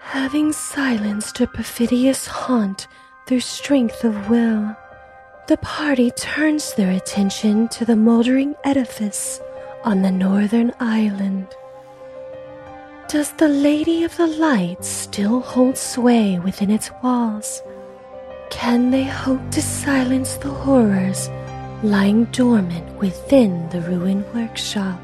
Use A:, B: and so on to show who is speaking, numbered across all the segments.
A: Having silenced a perfidious haunt through strength of will, the party turns their attention to the moldering edifice on the northern island. Does the Lady of the Light still hold sway within its walls? Can they hope to silence the horrors lying dormant within the ruined workshop?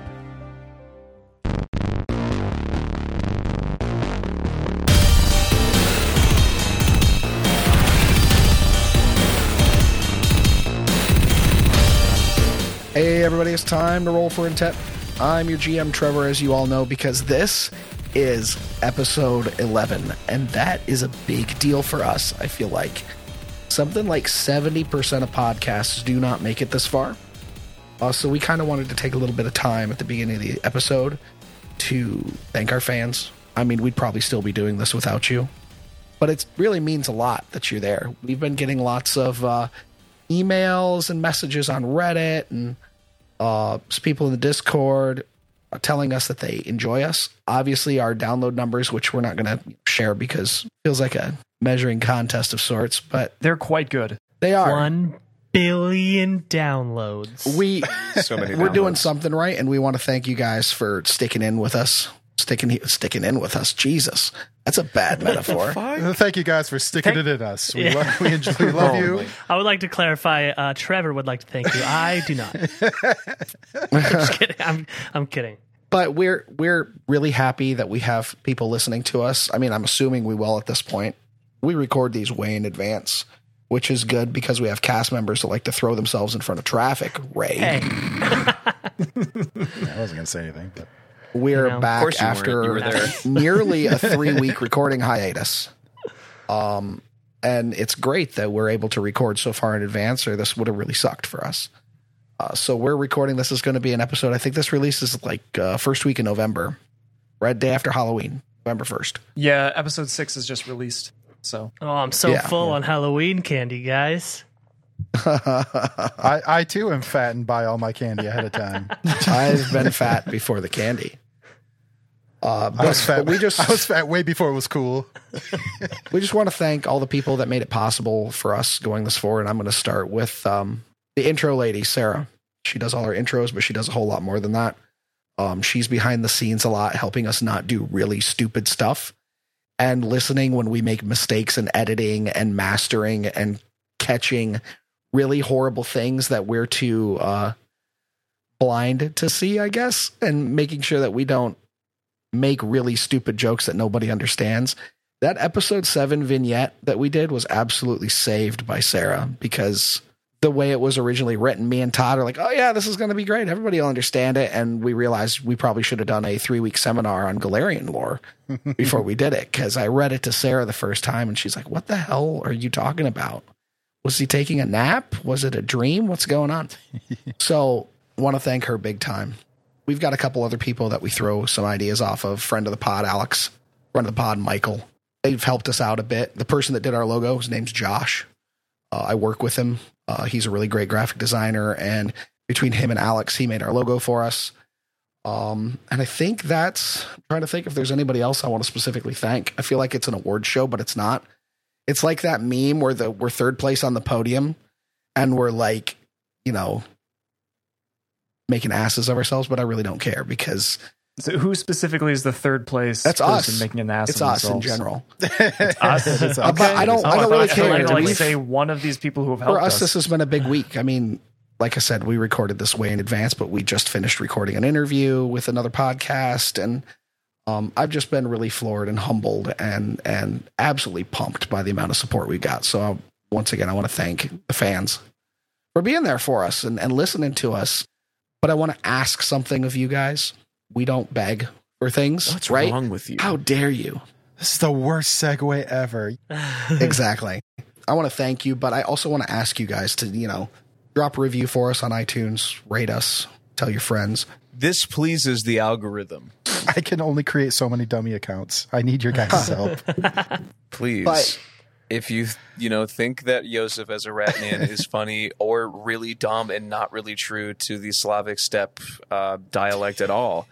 B: Hey, everybody, it's time to roll for Intep. I'm your GM, Trevor, as you all know, because this is episode 11, and that is a big deal for us, I feel like. Something like 70% of podcasts do not make it this far. Uh, so we kind of wanted to take a little bit of time at the beginning of the episode to thank our fans. I mean, we'd probably still be doing this without you, but it really means a lot that you're there. We've been getting lots of uh, emails and messages on Reddit and uh, s- people in the Discord uh, telling us that they enjoy us. Obviously, our download numbers, which we're not going to share because it feels like a measuring contest of sorts, but
C: They're quite good.
B: they are.
D: One billion downloads.
B: We
E: So many.
B: we're doing
E: downloads.
B: something right, and we want to thank you guys for sticking in with us. Sticking sticking in with us. Jesus, that's a bad metaphor.
F: Thank you guys for sticking it in us. We, lo- we, enjoy, we love you.
D: I would like to clarify. Uh, Trevor would like to thank you. I do not. I'm just kidding. I'm, I'm kidding.
B: but we're we're really happy that we have people listening to us. I mean, I'm assuming we will at this point. We record these way in advance, which is good because we have cast members that like to throw themselves in front of traffic. Ray,
D: Hey,
F: I wasn't gonna say anything. But.
B: we're
D: You know. Of
B: back
E: course you weren't.
B: after
E: You were there.
B: nearly a three week recording hiatus. Um, and it's great that we're able to record so far in advance, or this would have really sucked for us. Uh, so we're recording. This is going to be an episode. I think this releases like uh, first week in November, right day after Halloween, November first.
C: Yeah, episode six is just released. So
D: oh, I'm so
B: Yeah.
D: full on Halloween candy, guys.
F: I, I too am fattened by all my candy ahead of time.
B: I've been fat before the candy. Uh, but,
F: I was fat.
B: but we just
F: I was fat way before it was cool.
B: we just want to thank all the people that made it possible for us going this forward. And I'm going to start with um, the intro lady, Sarah. She does all our intros, but she does a whole lot more than that. Um, she's behind the scenes a lot, helping us not do really stupid stuff and listening when we make mistakes in editing and mastering and catching really horrible things that we're too uh, blind to see, I guess, and making sure that we don't make really stupid jokes that nobody understands that episode seven vignette that we did was absolutely saved by Sarah because the way it was originally written, me and Todd are like, oh yeah, this is going to be great. Everybody will understand it. And we realized we probably should have done a three week seminar on Galarian lore before we did it. Cause I read it to Sarah the first time and she's like, what the hell are you talking about? Was he taking a nap? Was it a dream? What's going on? so want to thank her big time. We've got a couple other people that we throw some ideas off of. Friend of the pod, Alex. Friend of the pod, Michael they've helped us out a bit. The person that did our logo, his name's Josh. Uh, I work with him. Uh, he's a really great graphic designer, and between him and Alex, he made our logo for us. Um, and I think that's I'm trying to think if there's anybody else I want to specifically thank. I feel like it's an award show, but it's not. It's like that meme where the we're third place on the podium, and we're like, you know, making asses of ourselves. But I really don't care because
C: So who specifically is the third place?
B: That's
C: person
B: us.
C: Making an ass
B: it's
C: of
B: us in
C: themselves?
B: general.
C: Us.
F: It's
B: Uh, but I don't.
C: Oh,
B: I don't
C: thought
B: really
C: you were
B: care.
C: gonna, like
B: We've-
C: say one of these people who have helped
B: for us,
C: us.
B: this has been a big week. I mean, like I said, we recorded this way in advance, but we just finished recording an interview with another podcast, and um, I've just been really floored and humbled and and absolutely pumped by the amount of support we got. So I, once again, I want to thank the fans for being there for us and, and listening to us. But I want to ask something of you guys. We don't beg for things,
E: What's
B: right?
E: wrong with you?
B: How dare you?
F: This is the worst segue ever.
B: exactly. I want to thank you, but I also want to ask you guys to, you know, drop a review for us on iTunes, rate us, tell your friends.
E: This pleases the algorithm.
F: I can only create so many dummy accounts. I need your guys' help.
E: Please.
B: But-
E: if you you know think that Joseph as a rat man is funny or really dumb and not really true to the Slavic steppe uh, dialect at all,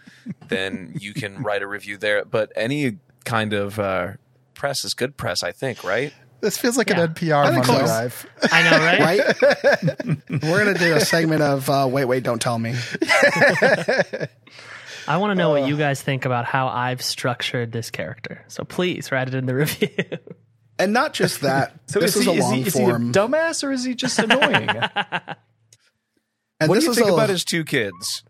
E: then you can write a review there. But any kind of uh, press is good press, I think, right?
F: This feels like
D: Yeah.
F: an NPR
B: That'd be
F: Monday
B: close.
F: drive.
D: I know, right?
B: right? We're gonna do a segment of uh, wait, wait, don't tell me.
D: I want to know
B: Uh.
D: what you guys think about how I've structured this character. So please write it in the review.
B: And not just that.
C: So
B: this
C: is,
B: is,
C: he,
B: a
C: is,
B: long
C: he, is he a
B: form.
C: dumbass or is he just annoying?
B: and
E: What
B: this
E: do you
B: is
E: think
B: a,
E: about his two kids?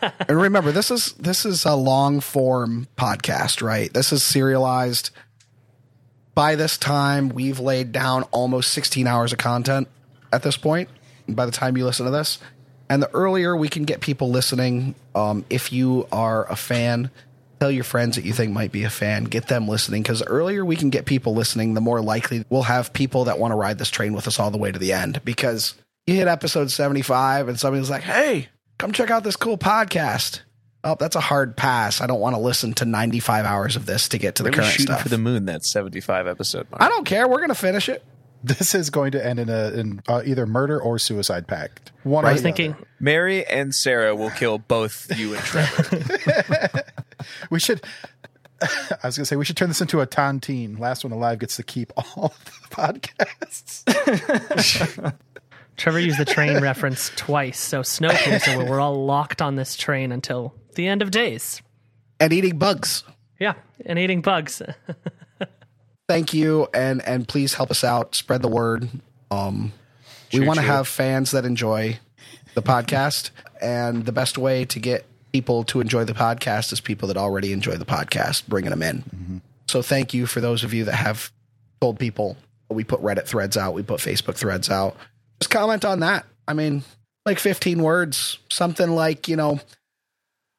B: And remember, this is this is a long form podcast, right? This is serialized. By this time, we've laid down almost 16 hours of content at this point. By the time you listen to this, and the earlier we can get people listening, um, if you are a fan, tell your friends that you think might be a fan. Get them listening because the earlier we can get people listening, the more likely we'll have people that want to ride this train with us all the way to the end. Because you hit episode 75 and somebody's like, "Hey, come check out this cool podcast." Oh, that's a hard pass. I don't want to listen to 95 hours of this to get to the
E: Really
B: current
E: shooting
B: stuff.
E: for the moon. That seventy-five episode mark.
B: I don't care. We're gonna finish it.
F: This is going to end in a in uh, either murder or suicide pact. One
D: I
F: or
D: was
F: the
D: thinking,
F: other.
E: Mary and Sarah will kill both you and Trevor.
F: we should. I was gonna say we should turn this into a tontine. Last one alive gets to keep all the podcasts.
D: Trevor used the train reference twice. So Snowpiercer, where we're all locked on this train until the end of days.
B: And eating bugs.
D: Yeah, and eating bugs.
B: thank you and and please help us out spread the word um we want to have fans that enjoy the podcast and the best way to get people to enjoy the podcast is people that already enjoy the podcast bringing them in so thank you for those of you that have told people we put reddit threads out we put facebook threads out just comment on that i mean like 15 words something like you know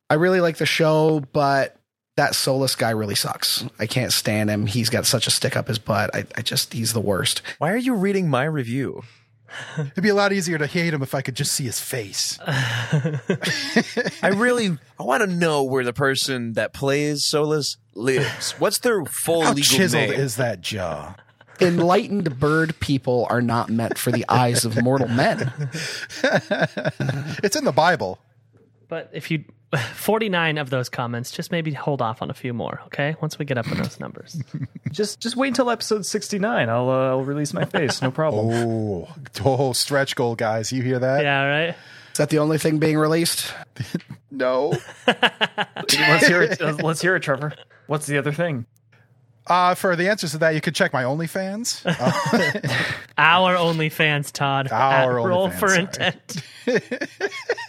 B: i really like the show but that Solus guy really sucks. I can't stand him. He's got such a stick up his butt. I, I just, he's the worst.
E: Why are you reading my review?
F: It'd be a lot easier to hate him if I could just see his face.
E: I really I want to know where the person that plays Solus lives. What's their full
F: How
E: legal
F: chiseled
E: name?
F: is that jaw?
B: Enlightened bird people are not meant for the eyes of mortal men.
F: It's in the Bible.
D: But if you, 49 of those comments, just maybe hold off on a few more, okay? Once we get up in those numbers.
C: just just wait until episode 69. I'll uh, I'll release my face. No problem.
F: Oh, oh, stretch goal, guys! You hear that?
D: Yeah, right?
B: Is that the only thing being released?
F: No.
C: Let's hear it. uh, Let's hear it, Trevor. What's the other thing?
F: Uh, for the answers to that, you could check my OnlyFans. Uh,
D: Our OnlyFans, Todd.
F: Our
D: At Roll
F: OnlyFans,
D: for
F: sorry.
D: intent.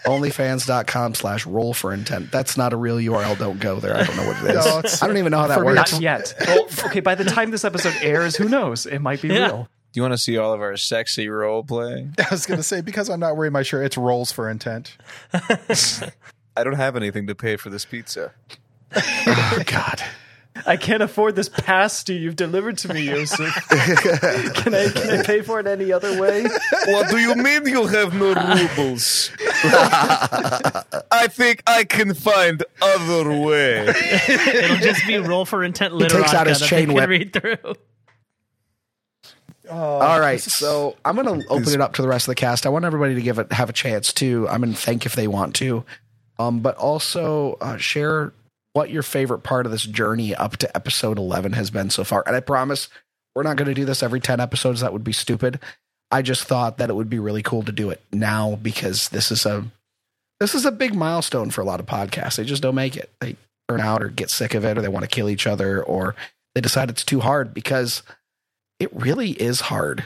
B: Onlyfans.com slash roll for intent. That's not a real URL. Don't go there. I don't know what it is.
F: No, it's-
B: I don't even know how that
C: For me, Oh,
B: works.
C: Not yet. Well, okay, by the time this episode airs, who knows? It might be
D: Yeah.
C: real.
E: Do you want to see all of our sexy role play?
F: I was gonna say because I'm not wearing my shirt, it's rolls for intent.
E: I don't have anything to pay for this pizza.
B: Oh, God.
C: I can't afford this pasty you've delivered to me, Yosef. can I can I pay for it any other way?
E: What do you mean you have no rubles? I think I can find other way.
D: It'll just be roll for intent literally.
B: takes out his chain
D: can
B: whip.
D: read through.
B: All right, so I'm going to open it up to the rest of the cast. I want everybody to give it have a chance to. I'm going to thank if they want to, um, but also uh, share what your favorite part of this journey up to episode 11 has been so far. And I promise we're not going to do this every 10 episodes. That would be stupid. I just thought that it would be really cool to do it now because this is a this is a big milestone for a lot of podcasts. They just don't make it. They burn out or get sick of it, or they want to kill each other, or they decide it's too hard because it really is hard.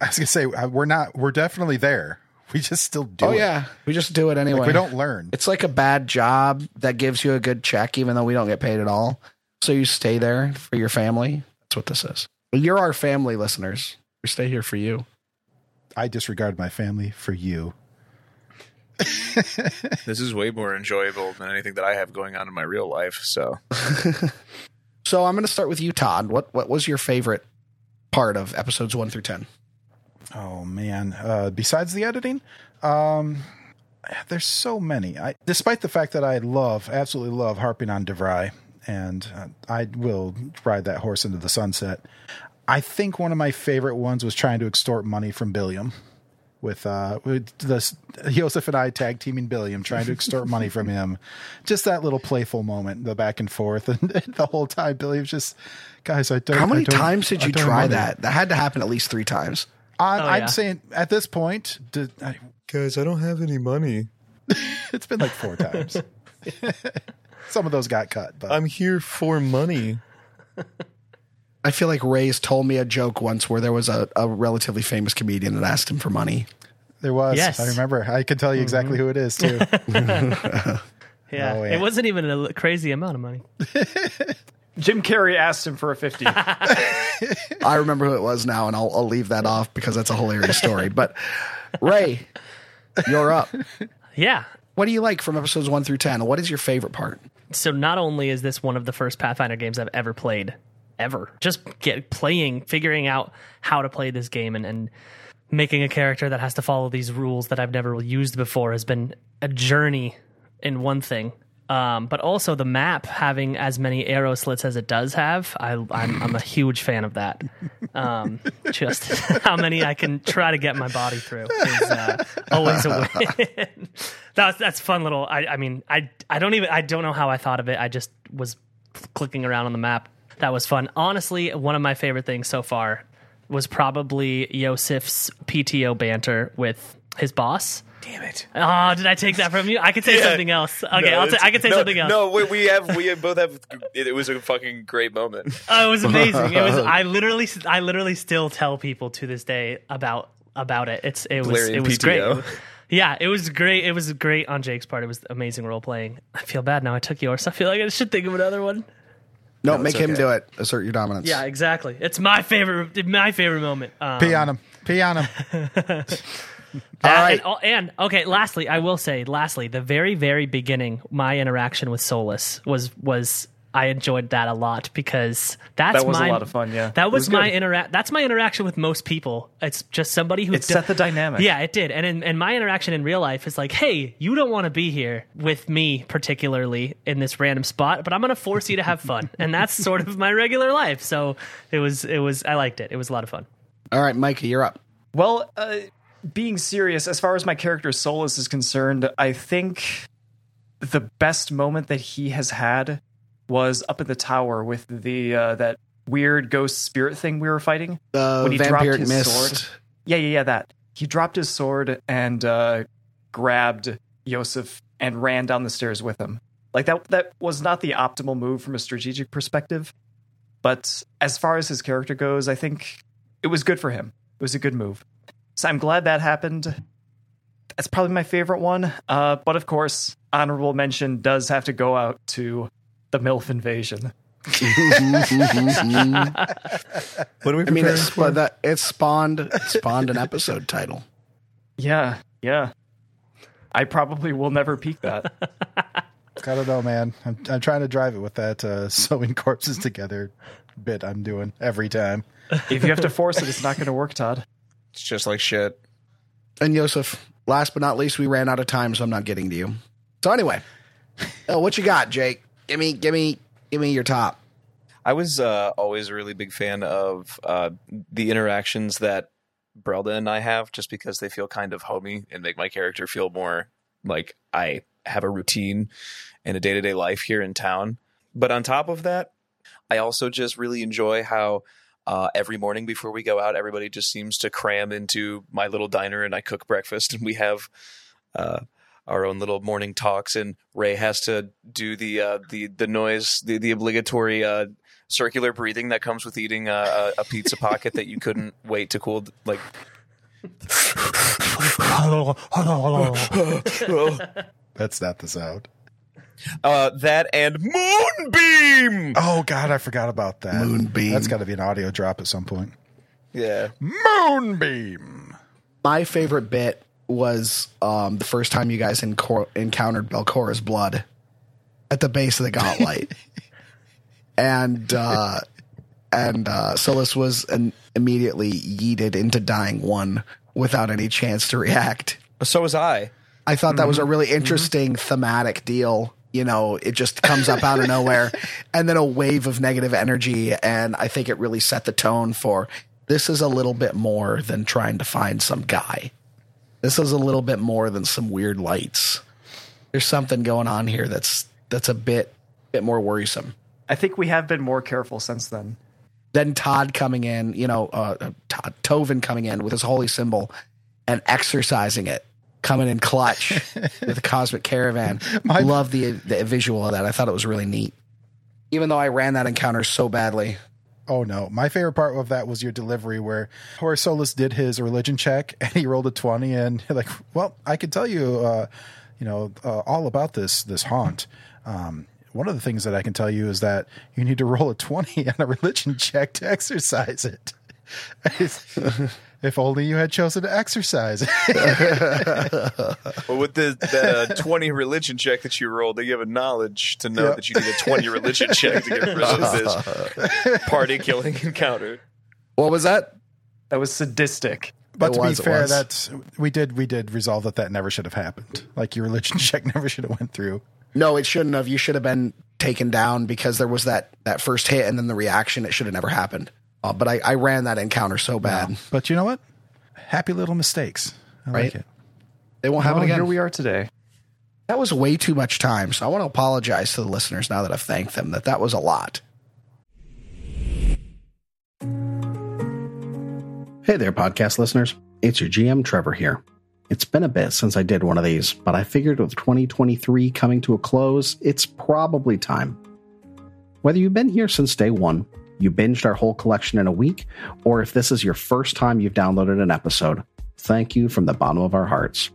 F: I was gonna say uh, we're not. We're definitely there. We just still do.
B: oh
F: it.
B: yeah, we just do it anyway.
F: Like, we don't learn.
B: It's like a bad job that gives you a good check, even though we don't get paid at all. So you stay there for your family. That's what this is. You're our family, listeners. We stay here for you.
F: I disregard my family for you.
E: This is way more enjoyable than anything that I have going on in my real life. So
B: So I'm going to start with you, Todd. What what was your favorite part of episodes one through ten?
F: Oh man! Uh, besides the editing, um, there's so many. I, despite the fact that I love, absolutely love harping on Devry, and uh, I will ride that horse into the sunset. I think one of my favorite ones was trying to extort money from Billiam. with uh with the Joseph and I tag teaming Billy. I'm trying to extort money from him. Just that little playful moment, the back and forth, and the whole time Billy was just, guys, I don't.
B: How
F: I
B: many
F: don't-
B: times did
F: I
B: you
F: don't
B: try
F: want it."
B: that? That had to happen at least three times.
F: I,
D: Oh,
F: I'm
D: yeah.
F: saying at this point, did, I,
G: Guys, I don't have any money.
F: it's been like four times. Some of those got cut, but
G: I'm here for money.
B: I feel like Ray's told me a joke once where there was a, a relatively famous comedian that asked him for money.
F: there was.
D: Yes. Mm-hmm.
F: I remember. I can tell you exactly who it is too.
D: Yeah.
F: Oh, yeah.
D: It wasn't even a l- crazy amount of money.
C: Jim Carrey asked him for a 50.
B: I remember who it was now, and I'll, I'll leave that off because that's a hilarious story. But Ray, you're up.
D: Yeah.
B: What do you like from episodes one through 10? What is your favorite part?
D: So not only is this one of the first Pathfinder games I've ever played, ever, just get playing, figuring out how to play this game and, and making a character that has to follow these rules that I've never used before has been a journey in one thing. Um, but also the map having as many arrow slits as it does have, I, I'm, I'm a huge fan of that. Um, just how many I can try to get my body through is uh, always a win. that's that's fun little. I, I mean, I I don't even I don't know how I thought of it. I just was clicking around on the map. That was fun. Honestly, one of my favorite things so far was probably Yosef's PTO banter with his boss. Damn
E: it.
D: Oh, did I take that from you? I could say
E: Yeah.
D: something else. Okay,
E: No,
D: I'll t-
E: it's-
D: I could say
E: no,
D: something else.
E: No, we, we have we have both have. It, it was a fucking great moment.
D: Oh, it was amazing. It was. I literally, I literally still tell people to this day about about it. It's it was
E: Valerian
D: it was
E: PTO.
D: great. Yeah, it was great. It was great on Jake's part. It was amazing role playing. I feel bad now. I took yours. I feel like I should think of another one.
B: No, make him do it. Assert your dominance.
D: Yeah, exactly. It's my favorite. My favorite moment. Um,
F: pee on him. Pee on him.
D: That
B: All right.
D: and, all- and okay, lastly, I will say, lastly, the very, very beginning, my interaction with Solus was was I enjoyed that a lot because that's
C: That was a
D: my,
C: lot of fun, yeah.
D: that
C: It
D: was,
C: was
D: my
C: good.
D: interact. That's my interaction with most people. It's just somebody who
C: It set the dynamic.
D: Yeah, it did. And in, and my interaction in real life is like, hey, you don't want to be here with me particularly in this random spot, but I'm going to force you to have fun, and that's sort of my regular life. So it was it was I liked it. It was a lot of fun.
B: All right, Micah, you're up.
C: Well, uh, being serious, as far as my character Solus is concerned, I think the best moment that he has had was up in the tower with the uh, that weird ghost spirit thing we were fighting.
B: The
C: When he dropped
B: vampiric
C: his
B: mist.
C: sword. Yeah, yeah, yeah. That he dropped his sword and uh, grabbed Yosef and ran down the stairs with him. Like that. That was not the optimal move from a strategic perspective, but as far as his character goes, I think it was good for him. It was a good move. So I'm glad that happened. That's probably my favorite one. Uh, but of course, honorable mention does have to go out to the MILF invasion.
G: What are we
B: I mean,
G: preparing
B: it's,
G: for?
B: but that, it spawned spawned an episode title.
C: Yeah, yeah. I probably will never peak that.
F: I don't know, man. I'm, I'm trying to drive it with that uh, sewing corpses together bit I'm doing every time.
C: if you have to force it, it's not going to work, Todd.
E: It's just like shit.
B: And Yosef, last but not least, we ran out of time, so I'm not getting to you. So anyway, uh, what you got, Jake? Give me, give me, give me your top.
E: I was uh, always a really big fan of uh, the interactions that Brelda and I have, just because they feel kind of homey and make my character feel more like I have a routine and a day to day life here in town. But on top of that, I also just really enjoy how uh, every morning before we go out, everybody just seems to cram into my little diner and I cook breakfast and we have. Uh, our own little morning talks, and Ray has to do the uh, the the noise, the the obligatory uh, circular breathing that comes with eating a, a, a pizza pocket that you couldn't wait to cool. Like,
F: That's not the sound.
E: uh, that and moonbeam.
F: Oh God, I forgot about that.
B: Moonbeam.
F: That's got to be an audio drop at some point.
E: Yeah,
F: Moonbeam.
B: My favorite bit was um, the first time you guys encor- encountered Belcora's blood at the base of the gauntlet, and uh, and uh, Silas was an- immediately yeeted into dying one without any chance to react.
E: so was I.
B: I thought that was a really interesting thematic deal. You know, it just comes up out of nowhere and then a wave of negative energy. And I think it really set the tone for this is a little bit more than trying to find some guy. This is a little bit more than some weird lights. There's something going on here that's that's a bit bit more worrisome.
C: I think we have been more careful since then.
B: Then Todd coming in, you know, uh, Todd Tovin coming in with his holy symbol and exercising it, coming in clutch with a cosmic caravan.
F: My-
B: Love the the visual of that. I thought it was really neat. Even though I ran that encounter so badly,
F: Oh no! My favorite part of that was your delivery, where Horace Solis did his religion check and he rolled a twenty, and you're like, "Well, I could tell you, uh, you know, uh, all about this this haunt. Um, one of the things that I can tell you is that you need to roll a twenty on a religion check to exercise it. if only you had chosen to exercise.
E: But with the, the 20 religion check that you rolled, they give a knowledge to know
F: Yep.
E: that you need a 20 religion check to get rid of this party killing encounter.
B: what was that?
C: That was sadistic.
F: But
B: It
F: to
B: was,
F: be
B: it
F: fair,
B: was.
F: that's we did we did resolve that that never should have happened. Like your religion check never should have went through.
B: No, it shouldn't have. You should have been taken down because there was that that first hit and then the reaction. It should have never happened. Uh, but I, I ran that encounter so bad.
F: But you know what? Happy little mistakes. I
B: Right.
F: like it.
B: They won't happen
C: Well,
B: again.
C: Oh, here we are today.
B: that was way too much time. So I want to apologize to the listeners now that I've thanked them that that was a lot.
H: Hey there, podcast listeners. It's your GM, Trevor, here. It's been a bit since I did one of these, but I figured with 2023 coming to a close, it's probably time. Whether you've been here since day one, you binged our whole collection in a week, or if this is your first time you've downloaded an episode, thank you from the bottom of our hearts.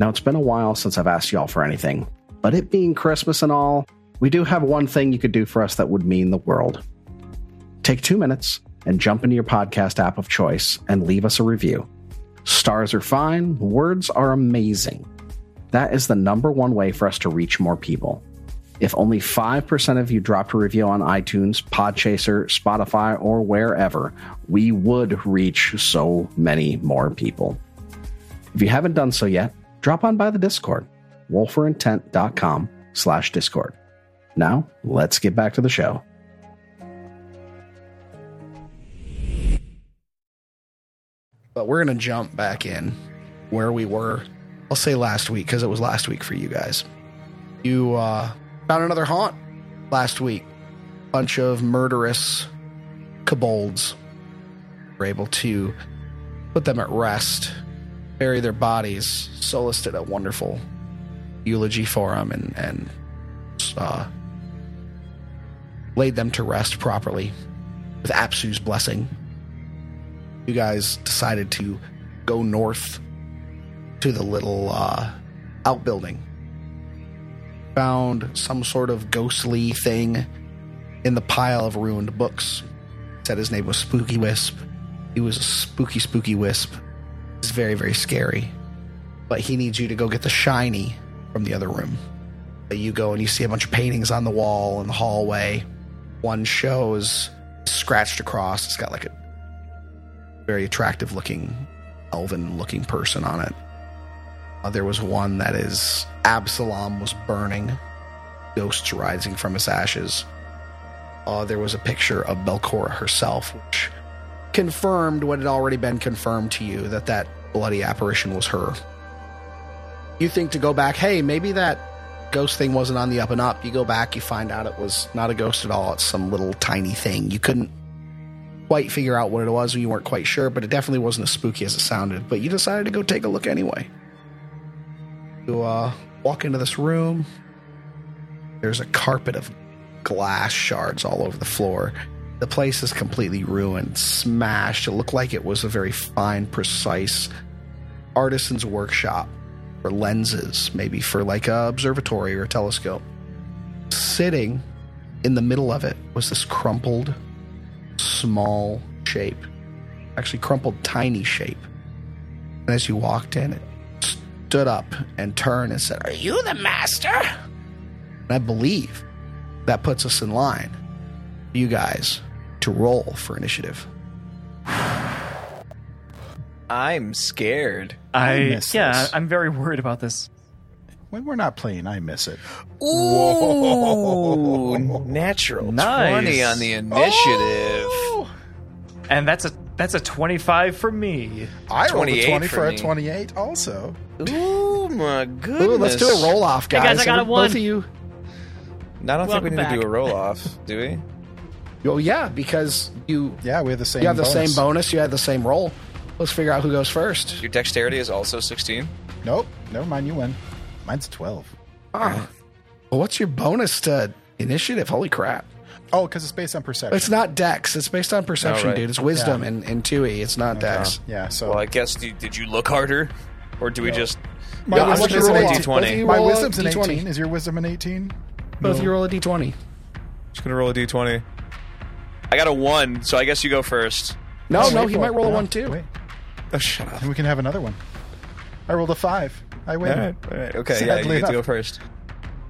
H: Now, it's been a while since I've asked y'all for anything, but it being Christmas and all, we do have one thing you could do for us that would mean the world. Take two minutes and jump into your podcast app of choice and leave us a review. Stars are fine, words are amazing. That is the number one way for us to reach more people. If only 5% of you dropped a review on iTunes, Podchaser, Spotify, or wherever, we would reach so many more people. If you haven't done so yet, drop on by the Discord, wolferintent.com slash Discord. Now, let's get back to the show.
B: But we're going to jump back in where we were. I'll say last week because it was last week for you guys. You uh, found another haunt last week. Bunch of murderous kobolds were able to put them at rest, bury their bodies. Solus did a wonderful eulogy for them and, and uh, laid them to rest properly with Apsu's blessing you guys decided to go north to the little uh, outbuilding. Found some sort of ghostly thing in the pile of ruined books. Said his name was Spooky Wisp. He was a spooky, spooky wisp. It's very, very scary. But he needs you to go get the shiny from the other room. You go and you see a bunch of paintings on the wall in the hallway. One shows scratched across. It's got like a very attractive looking elven looking person on it Uh, there was one that is absalom was burning ghosts rising from his ashes uh, there was a picture of belcora herself which confirmed what had already been confirmed to you that that bloody apparition was her you think to go back hey maybe that ghost thing wasn't on the up and up you go back you find out it was not a ghost at all it's some little tiny thing you couldn't quite figure out what it was. You weren't quite sure, but it definitely wasn't as spooky as it sounded. But you decided to go take a look anyway. You uh, walk into this room. There's a carpet of glass shards all over the floor. The place is completely ruined, smashed. It looked like it was a very fine, precise artisan's workshop for lenses, maybe for like a observatory or a telescope. Sitting in the middle of it was this crumpled small shape, actually crumpled, tiny shape. And as you walked in, it stood up and turned and said, Are you the master? And I believe that puts us in line, for you guys, to roll for initiative.
E: I'm scared.
C: I,
F: miss
C: yeah,
F: this.
C: I'm very worried about this.
F: When we're not playing, I miss it.
E: Ooh, natural
C: Nice.
E: 20 on the initiative.
B: Oh.
C: And that's a That's a 25 from me.
F: I rolled a
E: 28
F: 20
E: for
F: for a
E: me.
F: 28 also.
E: Ooh my goodness!
B: Ooh, let's do a roll off,
D: Hey,
B: guys.
D: guys, I got a
B: Both
D: one.
B: of you.
E: No, I don't think we
D: Welcome
E: need
D: back.
E: to do a roll off, do we?
B: Oh yeah, because you
F: Yeah, we have the same
B: you have the
F: bonus.
B: same bonus. You had the same roll. Let's figure out who goes first.
E: Your dexterity is also sixteen.
F: Nope. Never mind. You win. Mine's 12.
B: Ah. Well, what's your bonus to initiative? Holy crap!
F: Oh, because it's based on perception.
B: It's not Dex. It's based on perception,
E: Oh, right.
B: dude. It's wisdom
F: Yeah.
B: and and two E. It's not Dex.
F: Yeah, so
E: Well, I guess did, did you look harder, or do we just?
F: my,
B: Yeah, I want
F: wisdom
B: you
F: is
B: to
F: an
B: roll a
F: 18.
E: D20.
B: Both of you
F: my
B: roll a
F: wisdom's an
B: D20.
F: 18. Is your wisdom an 18?
B: Both of you roll a D twenty.
E: Just gonna roll a d twenty. I got a one, so I guess you go first.
B: No, Oh, no,
F: Wait
B: he
F: for
B: might
F: it.
B: roll a
F: No,
B: one too.
F: Wait,
E: Oh, shut up.
F: and we can have another one. I rolled a 5. I win.
E: All right, all right, okay, yeah,
F: Sadly
E: you get to go
F: enough.
E: first.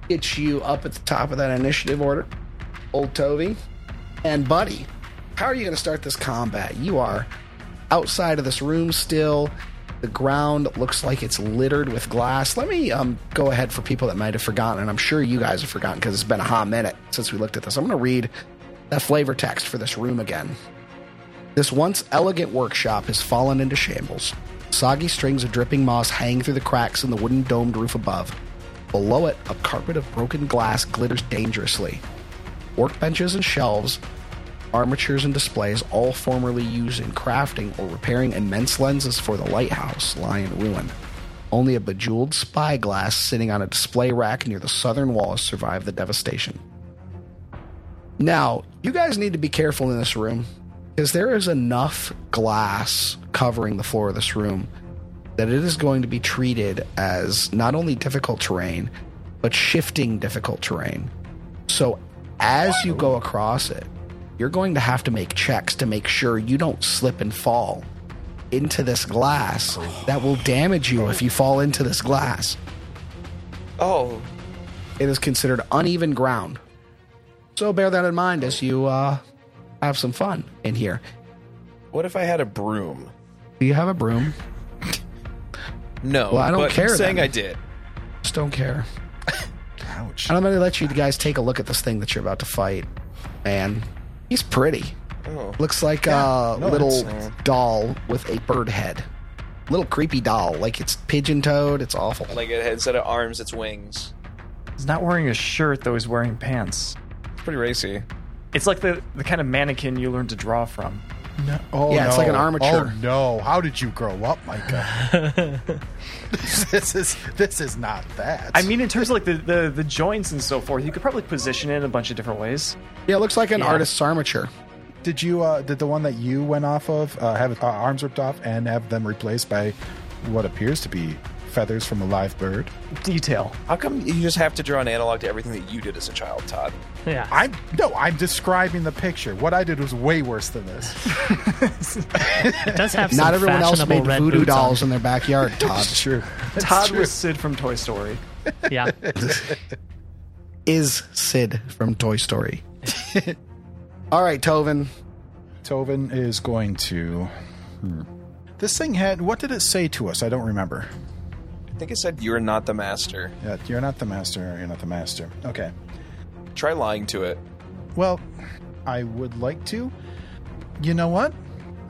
B: It's you up at the top of that initiative order, old Tovey. And Buddy, how are you going to start this combat? You are outside of this room still. The ground looks like it's littered with glass. Let me um, go ahead for people that might have forgotten, and I'm sure you guys have forgotten because it's been a hot minute since we looked at this. I'm going to read that flavor text for this room again. This once elegant workshop has fallen into shambles. Soggy strings of dripping moss hang through the cracks in the wooden domed roof above. Below it, a carpet of broken glass glitters dangerously. Workbenches and shelves, armatures and displays, all formerly used in crafting or repairing immense lenses for the lighthouse, lie in ruin. Only a bejeweled spyglass sitting on a display rack near the southern wall has survived the devastation. Now, you guys need to be careful in this room because there is enough glass covering the floor of this room that it is going to be treated as not only difficult terrain, but shifting difficult terrain. So as you go across it, you're going to have to make checks to make sure you don't slip and fall into this glass that will damage you if you fall into this glass.
E: Oh,
B: It is considered uneven ground. So bear that in mind as you uh, have some fun in here.
E: what if I had a broom?
B: Do you have a broom?
E: No,
B: Well, I don't
E: but
B: care
E: I'm Saying
B: then.
E: I did.
B: Just don't care.
F: Ouch.
B: And I'm going to let you guys take a look at this thing that you're about to fight. Man, he's pretty.
E: Oh.
B: Looks like a
F: no,
B: little
F: it's-
B: doll with a bird head. Little creepy doll. Like it's pigeon toed. It's awful.
E: Like it had, instead of arms, it's wings.
C: He's not wearing a shirt, though he's wearing pants.
E: It's pretty racy.
C: It's like the, the kind of mannequin you learn to draw from.
F: No. Oh,
B: Yeah, it's like
F: no.
B: an armature.
F: Oh no! How did you grow up, Micah? this is this is not that.
C: I mean, in terms of like the, the, the joints and so forth, you could probably position it in a bunch of different ways.
B: yeah, it looks like an
D: Yeah.
B: artist's armature.
F: did you uh, did the one that you went off of uh, have uh, arms ripped off and have them replaced by what appears to be feathers from a live bird?
C: Detail.
E: How come you just have to draw an analog to everything that you did as a child, Todd?
D: Yeah.
F: I'm no, I'm describing the picture. What I did was way worse than this.
D: It does have
B: Not
D: some
B: everyone else
D: fashionable
B: made
D: red
B: voodoo
D: boots on.
B: dolls in their backyard, Todd.
F: true.
C: Todd was Sid from Toy Story.
D: Yeah.
B: is Sid from Toy Story. All right, Tovin.
F: Tovin is going to. hmm. This thing had. What did it say to us? I don't remember.
E: I think it said you're not the master.
F: Yeah, you're not the master. You're not the master. Okay.
E: Try lying to it.
F: Well, I would like to. You know what?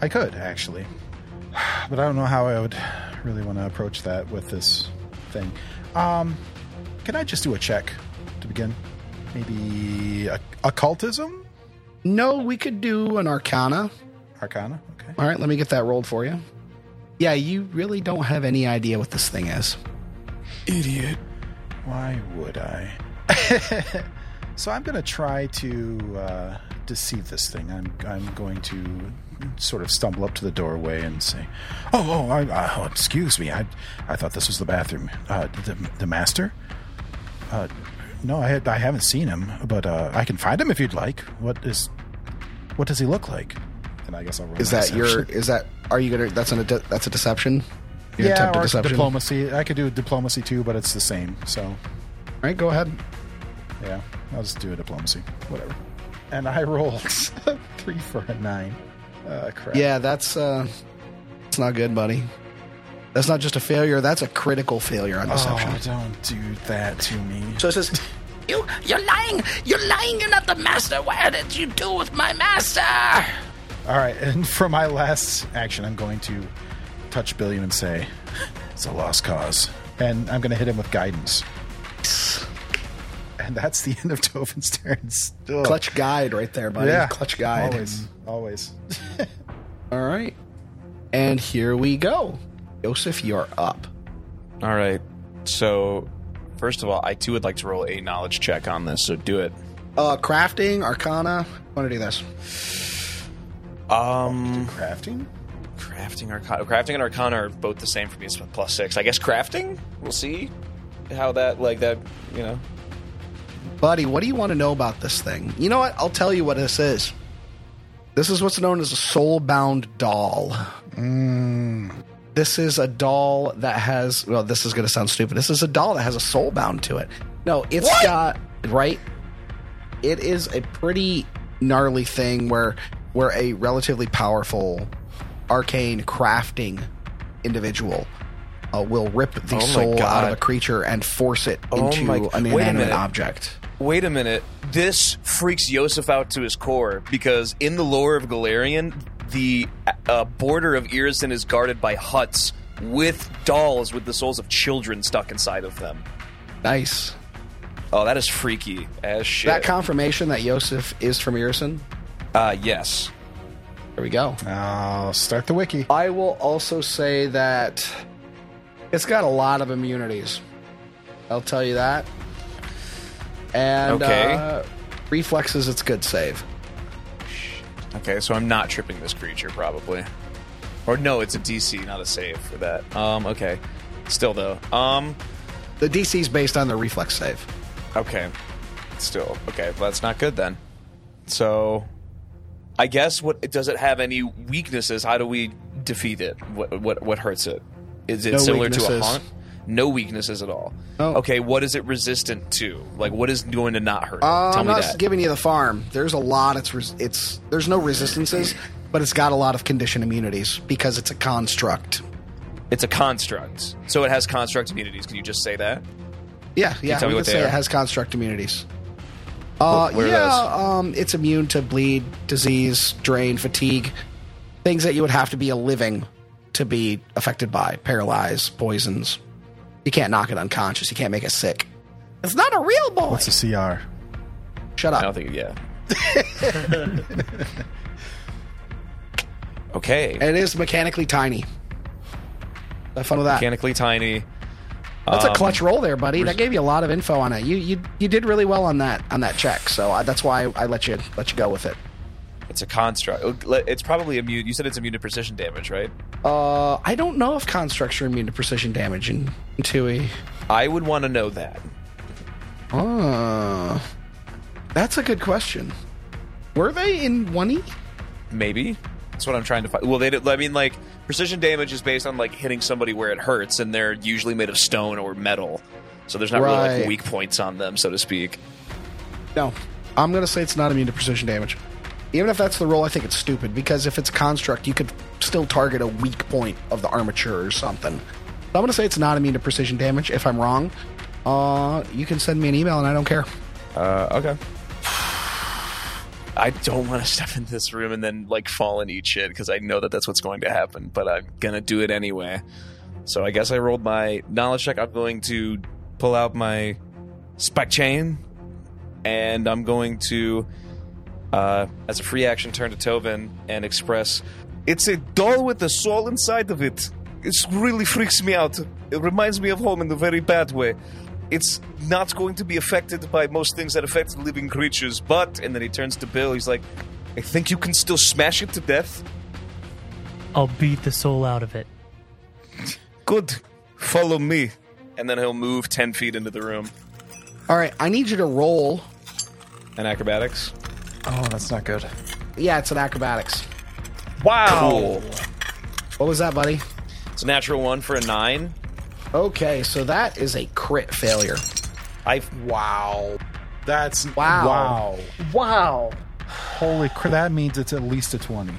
F: I could actually, but I don't know how I would really want to approach that with this thing. Um, can I just do a check to begin? Maybe occ- occultism,
B: No, we could do an Arcana.
F: arcana. Okay.
B: All right, let me get that rolled for you. Yeah, you really don't have any idea what this thing is.
F: Idiot. Why would I? so I'm going to try to uh, deceive this thing. I'm I'm going to sort of stumble up to the doorway and say, "Oh, oh, I, I, oh excuse me. I I thought this was the bathroom. Uh, the the master. Uh, no, I had, I haven't seen him, but uh, I can find him if you'd like. What is? What does he look like? And I guess I'll roll
B: Is that your?
F: deception.
B: Is that? Are you gonna? That's an. de- That's a deception. Your
F: yeah,
B: attempt at
F: or diplomacy? I could do diplomacy too, but it's the same. So
B: All right, go ahead.
F: Yeah, I'll just do a diplomacy. Whatever. And I rolled three for a nine. Uh, crap.
B: Yeah, that's. uh It's not good, buddy. That's not just a failure. That's a critical failure on deception.
F: Oh, don't do that to me.
B: So it says, "You, you're lying. You're lying. You're not the master. What did you do with my master?"
F: All right, and for my last action, I'm going to touch Billiam and say, "It's a lost cause," and I'm going to hit him with guidance. And that's the end of Tovin's turns. Ugh.
B: Clutch guide right there, buddy.
F: Yeah.
B: Clutch guide.
F: Always, always.
B: All right. And here we go. Joseph, you're up.
E: All right. So, first of all, I too would like to roll a knowledge check on this. So do it.
B: Uh, crafting, arcana. Want to do this?
E: Um,
F: Crafting.
E: crafting arcana, oh, crafting and arcana are both the same for me. It's plus six. I guess crafting. We'll see how that like that. You know.
B: Buddy, what do you want to know about this thing? You know what? I'll tell you what this is. This is what's known as a soul bound doll.
E: Mm.
B: This is a doll that has, well, this is going to sound stupid. This is a doll that has a soul bound to it. No, it's got, right? It is a pretty gnarly thing where, where a relatively powerful arcane crafting individual uh, will rip the
E: Oh my
B: soul out of
E: God.
B: a creature and force it
E: Oh
B: into
E: my-
B: an
E: wait a
B: inanimate
E: minute.
B: object.
E: Wait a minute. This freaks Yosef out to his core because in the lore of Galarian, the uh, border of Irisin is guarded by huts with dolls with the souls of children stuck inside of them.
B: Nice.
E: Oh, that is freaky as shit.
B: That confirmation that Yosef is from Irison.
E: uh, yes.
B: There we go.
F: I'll start the wiki.
B: I will also say that it's got a lot of immunities. I'll tell you that. And
E: Okay.
B: uh, reflexes, it's good save.
E: Okay, so I'm not tripping this creature probably. Or no, it's a DC, not a save for that. Um, okay. Still though. Um,
B: The DC is based on the reflex save.
E: okay. Still. Okay, well, that's not good then. So I guess what does it have any weaknesses? How do we defeat it? What what what hurts it? Is it
B: No
E: similar to a
B: weaknesses.
E: haunt? No weaknesses at all.
B: No.
E: Okay, what is it resistant to? Like what is going to not hurt? it?
B: Uh,
E: Tell
B: I'm
E: me
B: not
E: that.
B: giving you the farm. There's a lot. It's res- it's there's no resistances, but it's got a lot of condition immunities because it's a construct.
E: it's a construct. So it has construct immunities. Can you just say that?
B: Yeah, yeah.
E: tell
B: we can
E: me what they
B: say
E: are?
B: it has construct immunities. Uh,
E: what are
B: yeah, um, it's immune to bleed, disease, drain, fatigue, things that you would have to be a living to be affected by, paralyzed, poisons. You can't knock it unconscious. You can't make it sick. It's not a real boy.
F: What's a CR?
B: Shut
E: I don't
B: up.
E: think. Yeah. okay.
B: And it is mechanically tiny. Have fun with that.
E: Mechanically tiny.
B: That's a
E: um,
B: clutch roll there, buddy. That gave you a lot of info on it. You you you did really well on that on that check. So I, that's why I let you let you go with it.
E: It's a construct. Oh, It's probably immune. You said it's immune to precision damage, right?
B: Uh, I don't know if constructs are immune to precision damage in in 2e.
E: I would want to know that.
B: Uh, that's a good question. Were they in E? 1e?
E: Maybe. That's what I'm trying to find. Well, they. did- I mean, like precision damage is based on like hitting somebody where it hurts, and they're usually made of stone or metal, so there's not really
B: Right.
E: like weak points on them, so to speak.
B: No. I'm going to say it's not immune to precision damage. Even if that's the role, I think it's stupid because if it's construct, you could still target a weak point of the armature or something. So I'm going to say it's not immune to precision damage. If I'm wrong, uh, you can send me an email and I don't care.
E: Uh, okay. I don't want to step into this room and then like fall and eat shit because I know that that's what's going to happen, but I'm gonna do it anyway. So I guess I rolled my knowledge check. I'm going to pull out my spike chain, and I'm going to, uh, as a free action, turn to Tovin and express. It's a doll with a soul inside of it. It really freaks me out. It reminds me of home in a very bad way. It's not going to be affected by most things that affect living creatures, but. And then he turns to Bill. He's like, I think you can still smash it to death.
D: I'll beat the soul out of it.
E: Good. Follow me. And then he'll move 10 feet into the room.
B: All right, I need you to roll.
E: And acrobatics.
C: Oh, that's not good.
B: Yeah, it's an acrobatics.
E: Wow.
B: What was that, buddy?
E: It's a natural one for a nine.
B: Okay, so that is a crit failure.
E: I
B: Wow.
F: That's
B: Wow.
F: Wow.
C: Wow.
F: Holy crap! That means it's at least a twenty.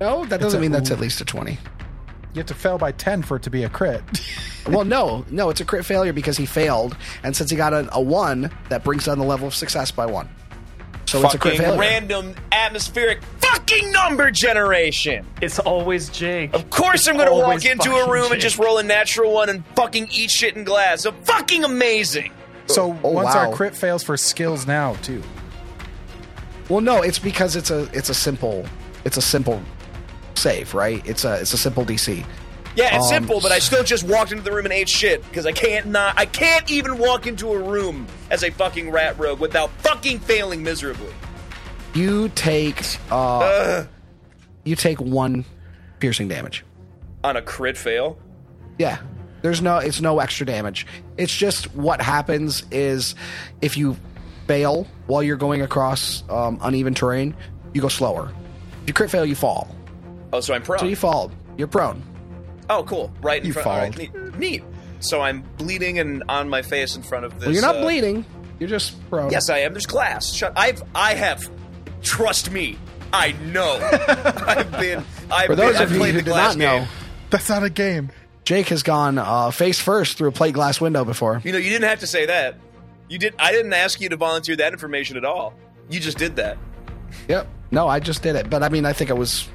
B: No, that doesn't
F: a-
B: mean that's at least a 20.
F: You have to fail by ten for it to be a crit.
B: Well, no, no, it's a crit failure because he failed. And since he got a, a one, that brings down the level of success by one. So it's a crit
E: fucking
B: failure.
E: random atmospheric fucking number generation.
C: It's always Jake.
E: Of course, I'm going to walk
C: Always
E: into a
C: fucking
E: room and
C: Jake.
E: just roll a natural one and fucking eat shit in glass. So fucking amazing.
F: So
B: Oh,
F: once
B: wow.
F: our crit fails for skills now too.
B: Well, no, it's because it's a it's a simple it's a simple save, right? It's a it's a simple DC.
E: Yeah, it's
B: Um,
E: simple, but I still just walked into the room and ate shit because I can't not. I can't even walk into a room as a fucking rat rogue without fucking failing miserably.
B: You take uh, you take one piercing damage.
E: On a crit fail,
B: Yeah. There's no it's no extra damage. It's just what happens is if you fail while you're going across um, uneven terrain, you go slower. If you crit fail, you fall.
E: oh, so I'm prone.
B: So you fall. You're prone.
E: Oh, cool. Right in
F: You
E: front. All right,
F: followed.
E: neat, neat. So I'm bleeding and on my face in front of this.
B: Well, you're not
E: uh,
B: bleeding. You're just prone.
E: Yes, I am. There's glass. Shut. I've. I have. Trust me. I know. I've been. I've,
B: For those of
E: been, I've
B: you
E: played
B: who
E: a
B: did
E: glass
B: not know,
E: game.
F: That's not a game.
B: Jake has gone uh, face first through a plate glass window before.
E: You know, you didn't have to say that. You did. I didn't ask you to volunteer that information at all. You just did that.
B: Yep. No, I just did it. But I mean, I think it was.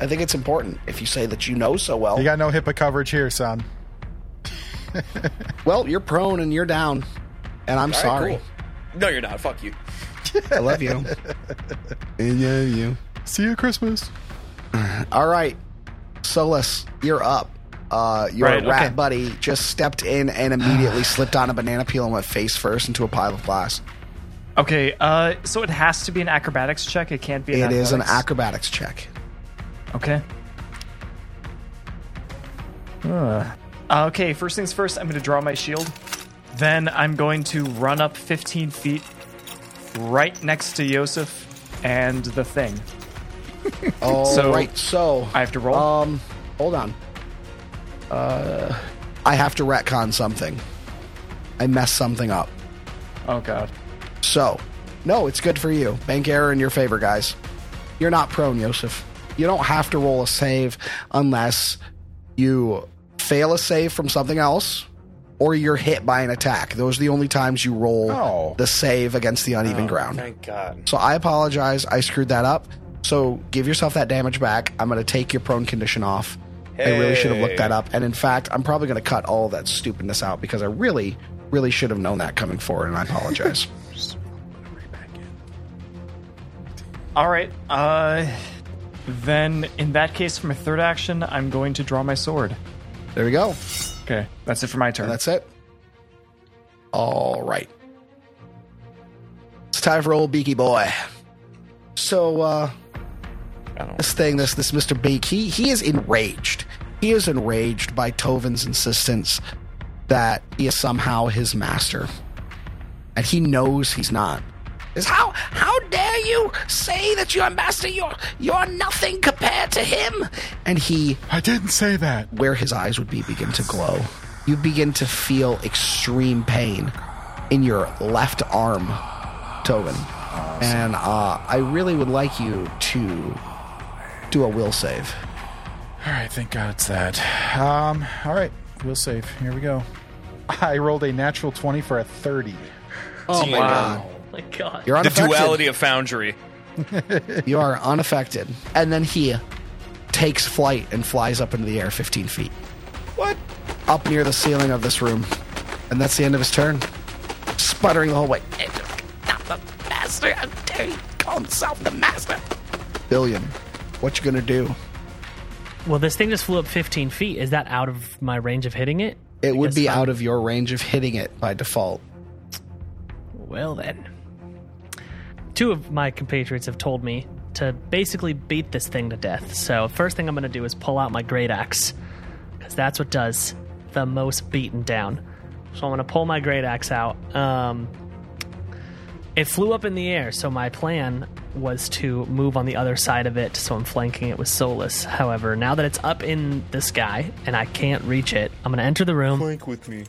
B: I think it's important if you say that you know so well.
F: You got no HIPAA coverage here, son.
B: well, you're prone and you're down. And I'm
E: All right,
B: sorry.
E: cool. No, you're not. Fuck you.
B: I love you. and yeah, you.
F: See you at Christmas.
B: All right, Solus, you're up. Uh, your
C: Right,
B: rat
C: okay.
B: buddy just stepped in and immediately slipped on a banana peel and went face first into a pile of glass.
C: Okay, uh, so it has to be an acrobatics check. It can't be.
B: It
C: An
B: is
C: athletics.
B: an acrobatics check.
C: Okay. Uh, Okay, first things first, I'm going to draw my shield. Then I'm going to run up 15 feet right next to Yosef and the thing.
B: All right,
C: So-
B: so
C: I have to roll.
B: um, hold on. Uh,
C: Uh,
B: I have to retcon something. I messed something up.
C: oh, God.
B: So, no, it's good for you. Bank error in your favor, guys. You're not prone, Yosef. You don't have to roll a save unless you fail a save from something else or you're hit by an attack. Those are the only times you roll
F: Oh.
B: the save against the uneven ground.
E: Oh, Thank God.
B: So I apologize. I screwed that up. So give yourself that damage back. I'm going to take your prone condition off. I really should have looked that up. And in fact, I'm probably going to cut all that stupidness out because I really, really should have known that coming forward. And I apologize.
C: All right. Uh, then, in that case, for my third action, I'm going to draw my sword.
B: there we go.
C: Okay, that's it for my turn.
B: And that's it. All right. It's time for old Beaky Boy. So, uh,
E: I don't-
B: this thing, this this Mr. Beak, he he is enraged. He is enraged by Tovin's insistence that he is somehow his master. And he knows he's not. Is how how dare you say that you're a master? You're you're nothing compared to him. And he
F: I didn't say that.
B: where his eyes would be begin to glow. You begin to feel extreme pain in your left arm, Tovin. And uh, I really would like you to do a will save.
F: All right, thank God it's that. Um, all right, we'll save. Here we go. I rolled a natural twenty for a thirty.
B: Oh
E: my God.
D: my god.
B: You're
E: The
B: unaffected.
E: duality of Foundry.
B: You are unaffected. And then he takes flight and flies up into the air 15 feet.
E: What?
B: up near the ceiling of this room. And that's the end of his turn. Sputtering the whole way. Not the master. How dare he call himself the master? Billion, what you gonna do?
D: Well, this thing just flew up 15 feet. Is that out of my range of hitting it?
B: It would
D: guess
B: be
D: not.
B: out of your range of hitting it by default.
D: Well, then. Two of my compatriots have told me to basically beat this thing to death. So, first thing I'm going to do is pull out my great axe, because that's what does the most beaten down. So, I'm going to pull my great axe out. Um, it flew up in the air, so my plan was to move on the other side of it, so I'm flanking it with Solus. However, now that it's up in the sky and I can't reach it, I'm going to enter the room
G: Plank with me.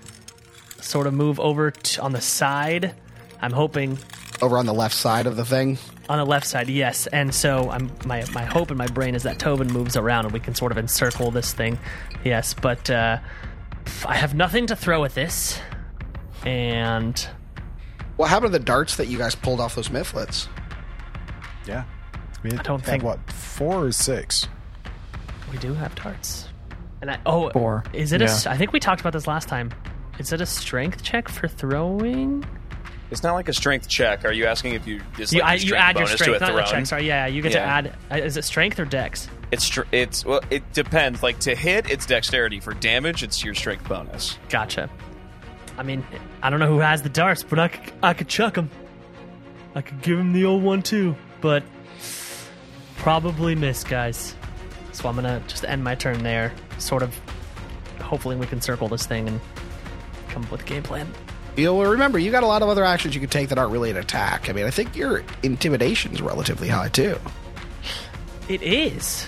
D: sort of move over t- on the side. I'm hoping
B: Over on the left side of the thing.
D: on the left side, yes. And so I'm my my hope in my brain is that Tobin moves around and we can sort of encircle this thing, yes. But uh, I have nothing to throw at this, and
B: What happened to the darts that you guys pulled off those mifflets?
F: Yeah. We had,
D: I don't
F: had,
D: think-
F: what four or six.
D: We do have tarts. And I oh
C: Four.
D: Is it a? I
C: Yeah.
D: think we talked about this last time. Is it a strength check for throwing?
E: It's not like a strength check. Are you asking if you it's
D: you
E: like
D: I,
E: your
D: you
E: strength
D: add your
E: bonus
D: strength,
E: to a
D: not
E: thrown?
D: a check. Sorry, yeah, yeah, you get to
E: Yeah.
D: add. uh, Is it strength or dex?
E: It's str- it's well, it depends. Like to hit, it's dexterity. For damage, it's your strength bonus.
D: Gotcha. I mean, I don't know who has the darts, but I could, I could chuck them. I could give him the old one too, but probably miss, guys. So I'm gonna just end my turn there. Sort of. Hopefully, we can circle this thing and come up with a game plan.
B: You'll remember you got a lot of other actions you could take that aren't really an attack. I mean, I think your intimidation's relatively high too.
D: It is.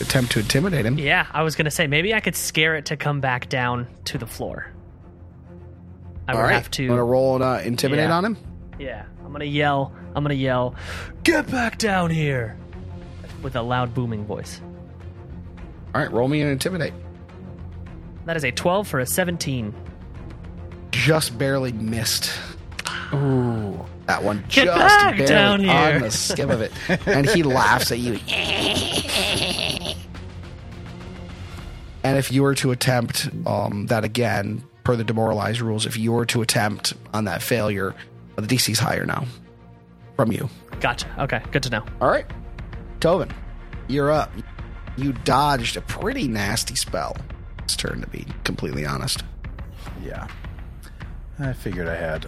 B: Attempt to intimidate him.
D: Yeah, I was gonna say maybe I could scare it to come back down to the floor. I
B: All
D: would
B: right.
D: have to.
B: Want to roll and uh, intimidate
D: Yeah.
B: on him?
D: Yeah, I'm gonna yell. I'm gonna yell. Get back down here! With a loud booming voice.
B: All right, roll me and intimidate.
D: That is a 12 for a 17.
B: Just barely missed. Ooh, that one
D: Get
B: just
D: back
B: barely
D: down here.
B: on the skim of it, and he laughs at you. and if you were to attempt um, that again, per the demoralized rules, if you were to attempt on that failure, the DC's higher now from you.
D: Gotcha. Okay, good to know.
B: All right, Tovin, you're up. You dodged a pretty nasty spell. It's turn to be completely honest.
F: Yeah. I figured I had.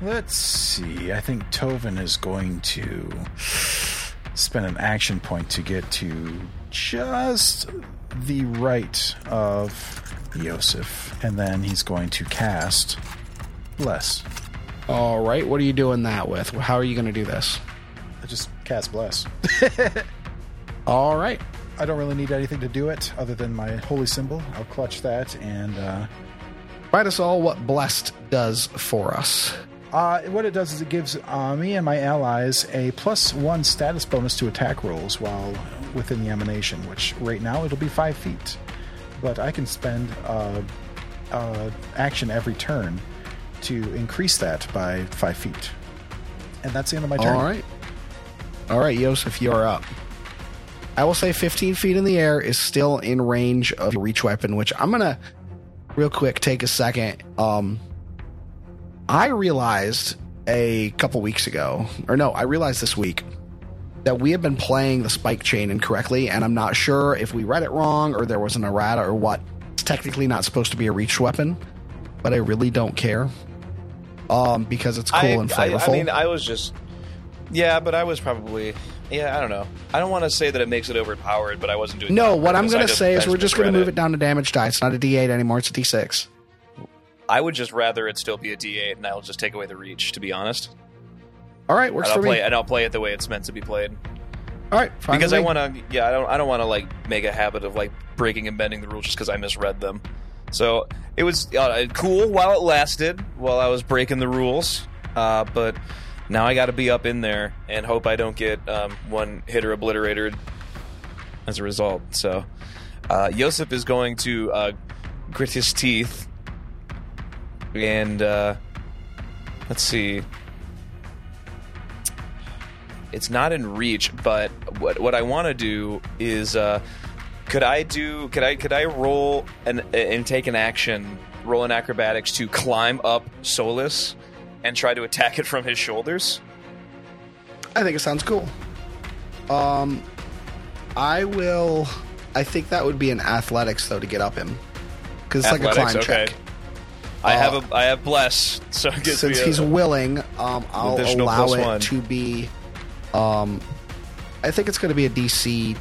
F: Let's see. I think Tovin is going to spend an action point to get to just the right of Yosef. And then he's going to cast Bless.
B: All right, what are you doing that with? How are you going to do this?
F: I just cast Bless.
B: All right.
F: I don't really need anything to do it other than my holy symbol. I'll clutch that and uh,
B: Find us all what blessed does for us.
F: Uh, what it does is it gives uh, me and my allies a plus one status bonus to attack rolls while within the emanation, which right now it'll be five feet. But I can spend uh, uh, action every turn to increase that by five feet. And that's the end of my turn.
B: All right. All right, Yosef, you're up. I will say 15 feet in the air is still in range of your reach weapon, which I'm going to real quick take a second. Um, I realized a couple weeks ago, or no, I realized this week that we have been playing the spike chain incorrectly, and I'm not sure if we read it wrong or there was an errata or what. It's technically not supposed to be a reach weapon, but I really don't care um, because it's cool
E: I,
B: and
E: I,
B: flavorful.
E: I mean, I was just yeah, but I was probably yeah. I don't know. I don't want to say that it makes it overpowered, but I wasn't doing.
B: No,
E: that on
B: what I'm
E: purpose. I
B: going to
E: just-
B: say
E: I
B: is we're just going to
E: misread
B: move it down to damage die. It's not a D8 anymore. It's a D6.
E: I would just rather it still be a D8, and I'll just take away the reach. To be honest,
B: All right, works
E: and I'll
B: for
E: play
B: me.
E: and I'll play it the way it's meant to be played.
B: All right, fine
E: because
B: with
E: I
B: me.
E: want to. Yeah, I don't. I don't want to like make a habit of like breaking and bending the rules just because I misread them. So it was uh, cool while it lasted, while I was breaking the rules. Uh, but now I got to be up in there and hope I don't get um, one hitter obliterated as a result. So uh, Yosef is going to uh, grit his teeth and uh, let's see it's not in reach but what what I want to do is uh could I do could I could I roll an and take an action roll an acrobatics to climb up Solus and try to attack it from his shoulders
B: I think it sounds cool. Um, I will. I think that would be an athletics though to get up him because it's like a climb check.
E: I
B: Uh,
E: have a I have bless so it gives
B: Since
E: me a-
B: he's willing, um, I'll
E: additional
B: allow
E: plus
B: it
E: one.
B: to be. Um, I think it's going to be a DC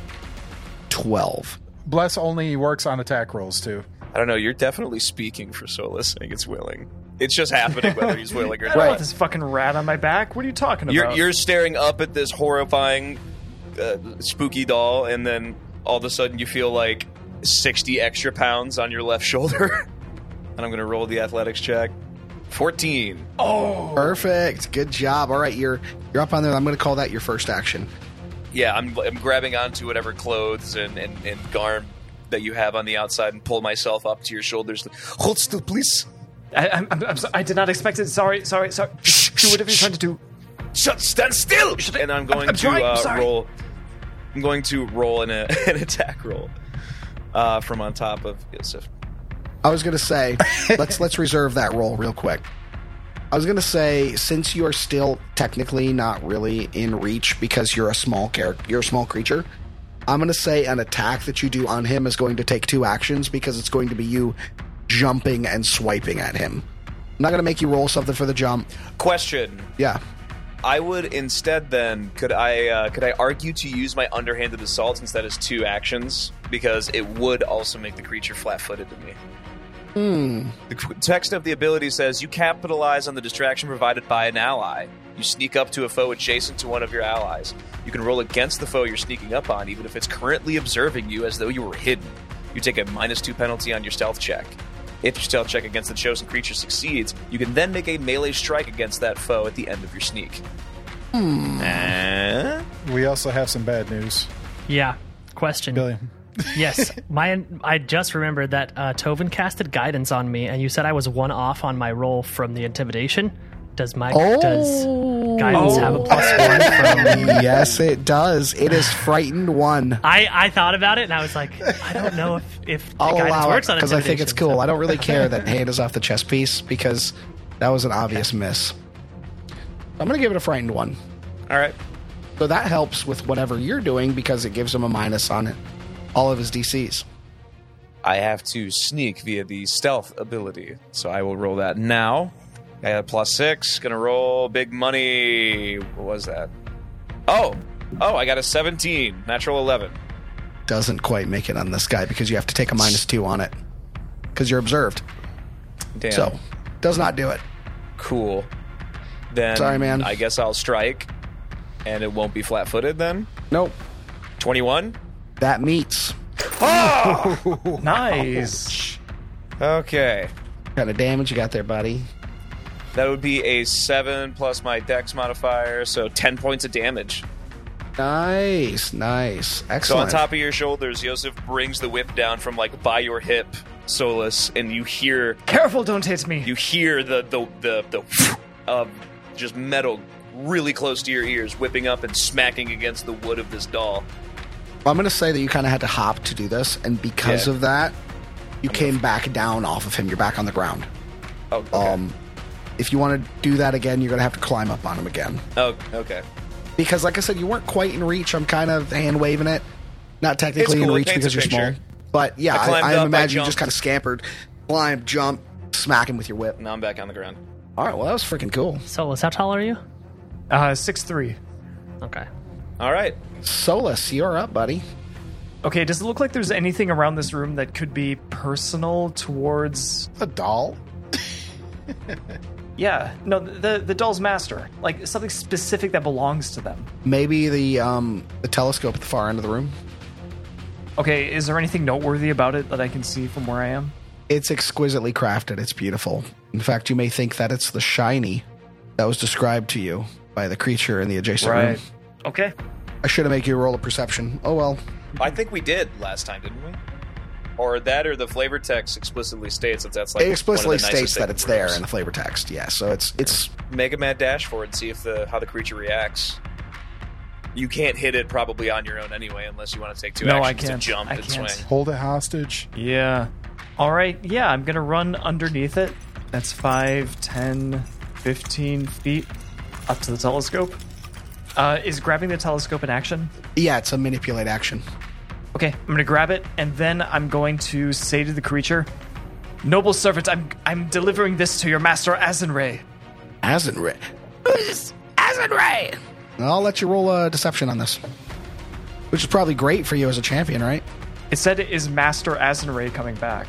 B: 12.
F: Bless only works on attack rolls, too.
E: I don't know you're definitely speaking for Solus saying it's willing it's just happening whether he's willing or
C: I don't want
E: not
C: this fucking rat on my back. What are you talking
E: You're,
C: about?
E: you're staring up at this horrifying, uh, spooky doll, and then all of a sudden you feel like 60 extra pounds on your left shoulder. and I'm going to roll the athletics check. 14.
B: Perfect. Good job. All right, you're you're up on there. I'm going to call that your first action.
E: Yeah, I'm, I'm grabbing onto whatever clothes and, and, and garb that you have on the outside and pull myself up to your shoulders. Hold still, please.
C: I, I'm, I'm, I'm so, I did not expect it. Sorry, sorry, sorry. Do whatever you're trying to do.
E: shut, stand still. And I'm going
C: I'm
E: to
C: trying, I'm
E: uh,
C: sorry.
E: roll. I'm going to roll an, an attack roll uh, from on top of Yosef.
B: I was gonna say let's let's reserve that roll real quick. I was gonna say since you are still technically not really in reach because you're a small character, you're a small creature. I'm gonna say an attack that you do on him is going to take two actions because it's going to be you jumping and swiping at him. I'm not gonna make you roll something for the jump.
E: Question:
B: Yeah,
E: I would instead then could I uh, could I argue to use my underhanded assault since that is two actions because it would also make the creature flat-footed to me. The qu- text of the ability says you capitalize on the distraction provided by an ally. You sneak up to a foe adjacent to one of your allies. You can roll against the foe you're sneaking up on, even if it's currently observing you as though you were hidden. You take a minus two penalty on your stealth check. If your stealth check against the chosen creature succeeds, you can then make a melee strike against that foe at the end of your sneak. Eh?
F: We also have some bad news,
D: Yeah. Question.
F: Billy.
D: yes, my I just remembered that uh, Tovin casted guidance on me, and you said I was one off on my roll from the intimidation. Does my does
B: Oh.
D: guidance have a plus one? From,
B: yes, it does. It is frightened one.
D: I I thought about it, and I was like, I don't know if if the
B: I'll
D: guidance
B: allow it
D: works on
B: because I think it's
D: intimidation,
B: cool. I don't really care that hand is off the chess piece because that was an obvious miss. I'm gonna give it a frightened one.
E: All right.
B: So that helps with whatever you're doing because it gives him a minus on it. All of his DCs.
E: I have to sneak via the stealth ability, so I will roll that now. I got a plus six. Gonna roll big money. What was that? Oh, oh, I got a seventeen. Natural eleven.
B: Doesn't quite make it on this guy because you have to take a minus two on it because you're observed.
E: Damn.
B: So does not do it.
E: cool. Then
B: Sorry, man.
E: I guess I'll strike, and it won't be flat-footed then.
B: Nope.
E: Twenty-one.
B: That meets.
C: Nice.
E: Okay,
B: kind of damage you got there, buddy.
E: that would be a seven plus my dex modifier, so ten points of damage.
B: Nice, nice, excellent.
E: So on top of your shoulders, Yosef brings the whip down from like by your hip, Solus, and you hear
C: Careful, don't hit me.
E: you hear the the the, the of just metal really close to your ears, whipping up and smacking against the wood of this doll.
B: I'm going to say that you kind of had to hop to do this, and because
E: Yeah.
B: of that, you came back down off of him. You're back on the ground.
E: Oh, okay.
B: Um, if you want to do that again, you're going to have to climb up on him again.
E: oh, okay.
B: Because, like I said, you weren't quite in reach. I'm kind of hand waving it. Not technically
E: It's cool,
B: in
E: it
B: reach
E: paints
B: because
E: a
B: you're small.
E: picture.
B: But yeah,
E: I
B: I,
E: climbed
B: I,
E: up, I
B: imagine you just
E: jumped.
B: kind of scampered, climb, jump, smack him with your whip.
E: Now I'm back on the ground.
B: All right, well, that was freaking cool.
D: so. Solus, how tall are you?
C: Uh, six three.
D: Okay.
E: All right.
B: Solus, you're up, buddy.
C: Okay, does it look like there's anything around this room that could be personal towards?
B: A doll?
C: Yeah, no, the the doll's master, like something specific that belongs to them.
B: Maybe the um, the telescope at the far end of the room.
C: Okay, is there anything noteworthy about it that I can see from where I am?
B: It's exquisitely crafted. It's beautiful. In fact, you may think that it's the shiny that was described to you by the creature in the adjacent room.
C: Okay.
B: I should have made you roll a perception. Oh well.
E: I think we did last time, didn't we? Or that, or the flavor text explicitly states that that's like
B: It explicitly
E: one of the
B: states
E: nicest
B: that
E: things
B: it's
E: we've
B: there
E: ever
B: in the flavor text. Yeah, so it's it's
E: seen. Make a mad dash for it and see if the how the creature reacts. You can't hit it probably on your own anyway, unless you want to take two
C: No, I
E: actions
C: can't.
E: to jump
C: I
E: and
C: can't.
E: swing.
F: Hold it hostage.
C: Yeah. All right, yeah, I'm gonna run underneath it. That's 5, 10, 15 feet up to the telescope. Uh, is grabbing the telescope an action?
B: yeah, it's a manipulate action.
C: Okay, I'm gonna grab it, and then I'm going to say to the creature, "Noble servant, I'm I'm delivering this to your master Azenray."
B: Hasn't ray. Hasn't ray. I'll let you roll a deception on this, which is probably great for you as a champion, right?
C: It said, "Is Master Azenray coming back?"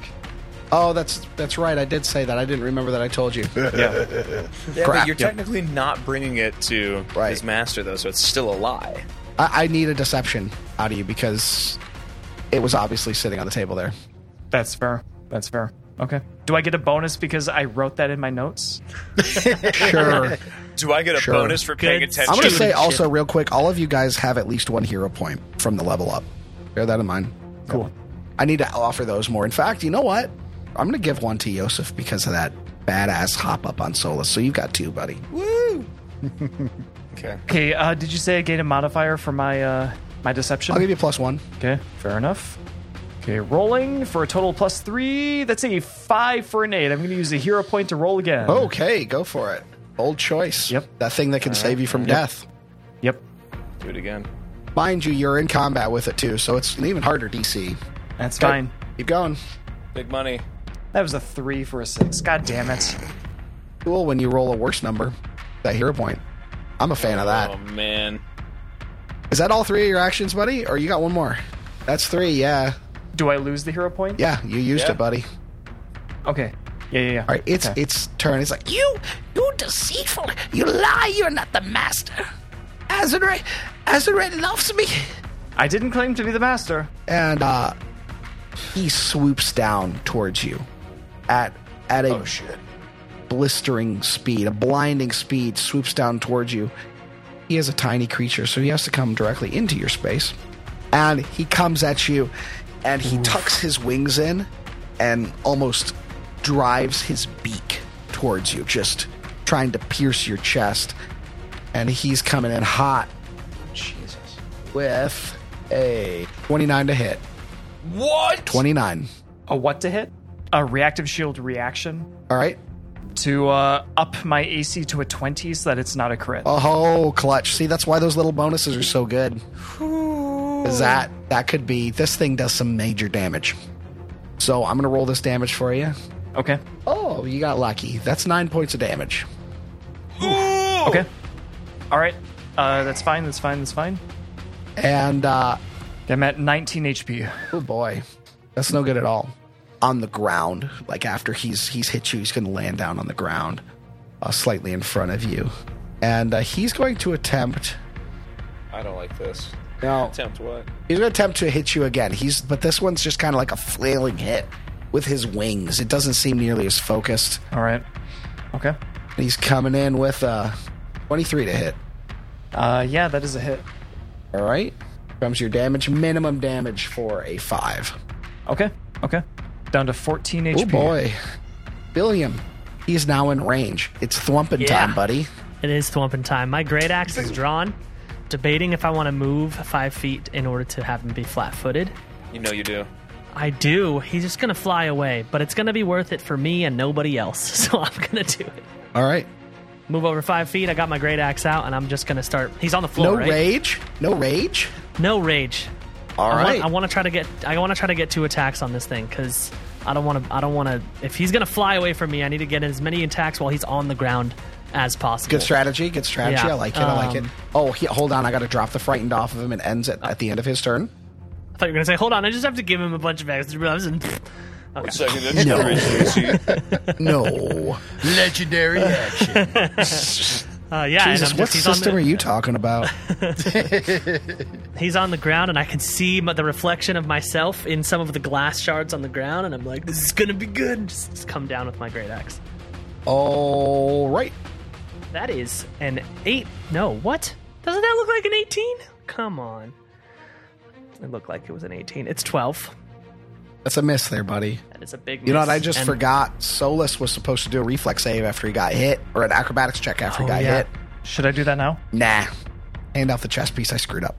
B: Oh, that's that's right. I did say that. I didn't remember that. I told you.
E: Yeah,
B: Crap.
E: but you're technically not bringing it to
B: Right.
E: his master though, so it's still a lie.
B: I, I need a deception out of you because it was obviously sitting on the table there.
C: That's fair. That's fair. Okay. Do I get a bonus because I wrote that in my notes?
B: Sure.
E: Do I get a
B: Sure.
E: bonus for paying
D: Good
E: attention?
B: I'm going to say
D: Student
B: also real quick, all of you guys have at least one hero point from the level up. Bear that in mind.
C: Cool.
B: I need to offer those more. In fact, you know what? I'm going to give one to Yosef because of that badass hop up on Solus. So you've got two, buddy.
E: Woo! Okay.
C: Okay, uh, did you say I gain a modifier for my uh, my deception?
B: I'll give you plus one.
C: Okay, fair enough. Okay, rolling for a total plus three. That's a five for an eight. I'm going to use a hero point to roll again.
B: Okay, go for it. Bold choice.
C: Yep.
B: That thing that can save you from death.
C: Yep.
E: Do it again.
B: Mind you, you're in combat with it too, so it's an even harder DC.
C: That's
B: Go-
C: fine.
B: Keep going.
E: Big money.
C: That was a three for a six. God damn it.
B: Cool when you roll a worse number. That hero point. I'm a fan of that.
E: Oh man.
B: Is that all three of your actions, buddy? Or you got one more? That's three, yeah.
C: Do I lose the hero point?
B: Yeah, you used
E: Yeah.
B: it, buddy.
C: Okay. Yeah, yeah, yeah.
B: All right, it's
C: Okay.
B: its turn. It's like you, you deceitful, you lie. You're not the master. Azure, Azure loves me.
C: I didn't claim to be the master.
B: And uh, he swoops down towards you at at a blistering speed, a blinding speed. Swoops down towards you. He is a tiny creature, so he has to come directly into your space. And he comes at you, and he tucks his wings in, and almost drives his beak towards you, just trying to pierce your chest. And he's coming in hot. Jesus. With a 29 to hit.
E: What?
B: 29.
C: A what to hit? A reactive shield reaction
B: All right.
C: to uh, up my AC to a 20 so that it's not a crit.
B: Oh, clutch. See, that's why those little bonuses are so good. 'Cause that that could be this thing does some major damage. So I'm gonna roll this damage for you.
C: Okay.
B: Oh, you got lucky. That's nine points of damage. Oh.
C: Okay. All right. Uh, that's fine. That's fine. That's fine.
B: And uh
C: I'm at 19 HP.
B: oh boy. That's no good at all. On the ground, like after he's he's hit you, he's gonna land down on the ground, uh, slightly in front of you. And uh, he's going to attempt
E: I don't like this.
B: now
E: Attempt what?
B: He's gonna attempt to hit you again. He's but this one's just kind of like a flailing hit with his wings. It doesn't seem nearly as focused.
C: All right. Okay.
B: He's coming in with a 23 to hit.
C: Uh, yeah, that is a hit.
B: All right, comes your damage, minimum damage for a five.
C: Okay. Okay. Down to 14 HP.
B: Oh boy, William, he's now in range. It's thwumping
D: Yeah.
B: time, buddy.
D: It is thwomping time. My great axe is drawn, debating if I want to move five feet in order to have him be flat footed.
E: You know you do.
D: I do. He's just going to fly away, but it's going to be worth it for me and nobody else. So I'm going to do it.
B: All right,
D: Move over five feet. I got my great axe out, and I'm just going to start. He's on the floor.
B: no
D: right?
B: rage, no rage.
D: No rage.
B: All
D: I
B: right,
D: want, I want to try to get. I want to try to get two attacks on this thing because I don't want to. I don't want to. If he's gonna fly away from me, I need to get as many attacks while he's on the ground as possible.
B: good strategy, good strategy.
D: Yeah,
B: I like it. I like it.
D: um,
B: Oh, he, hold on, I got to drop the frightened off of him. It ends at, at the end of his turn.
D: I thought you were gonna say, "Hold on, I just have to give him a bunch of extra blows." And
E: Second, that's no.
B: No.
G: Legendary action.
D: uh, yeah,
B: Jesus,
D: and I'm
B: what
D: just, he's, on
B: system are
D: the,
B: you talking about?
D: he's on the ground, and I can see my, the reflection of myself in some of the glass shards on the ground, and I'm like, "This is gonna be good." Just, just come down with my great axe.
B: All right.
D: That is an eight. No, what? Doesn't that look like an eighteen? Come on. It looked like it was an eighteen. It's twelve.
B: That's a miss there, buddy.
D: That is a big.
B: You know what?
D: miss.
B: I just
D: And-
B: forgot. Solus was supposed to do a reflex save after he got hit, or an acrobatics check after he got
D: Oh, yeah.
B: hit.
C: Should I do that now?
B: Nah. Hand off the chess piece. I screwed up.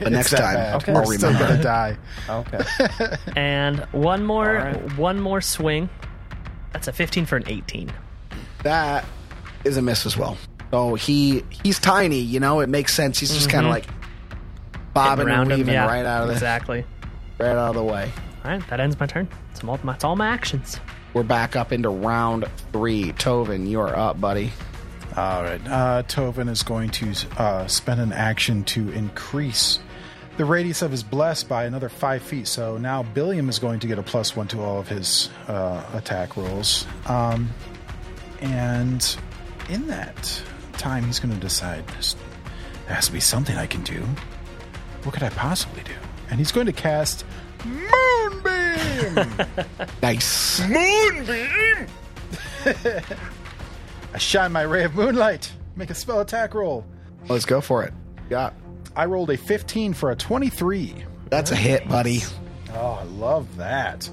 B: But next
F: that
B: time,
F: bad.
C: Okay.
B: I'll
F: We're still
B: remember.
F: gonna die.
C: Okay.
D: And one more,
C: All right.
D: one more swing. That's a 15 for an 18.
B: That is a miss as well. Oh, he he's tiny. You know, it makes sense. He's just kind of like bobbing and
D: Round Mm-hmm. him,
B: weaving
D: yeah,
B: right out of the
D: exactly.
B: right out of the way.
D: All right, that ends my turn. It's all, my, it's all my actions.
B: We're back up into round three. Tovin, you're up, buddy.
F: All right. Uh, Tovin is going to uh, spend an action to increase the radius of his bless by another five feet. So now Billiam is going to get a plus one to all of his uh, attack rolls. Um, and in that time, he's going to decide "There's- there has to be something I can do. What could I possibly do? And he's going to cast Moonbeam!
B: Nice.
G: Moonbeam.
F: I shine my ray of moonlight, make a spell attack roll.
B: Let's go for it. Yeah.
F: I rolled a 15 for a 23.
B: That's a hit, buddy.
F: Oh, I love that.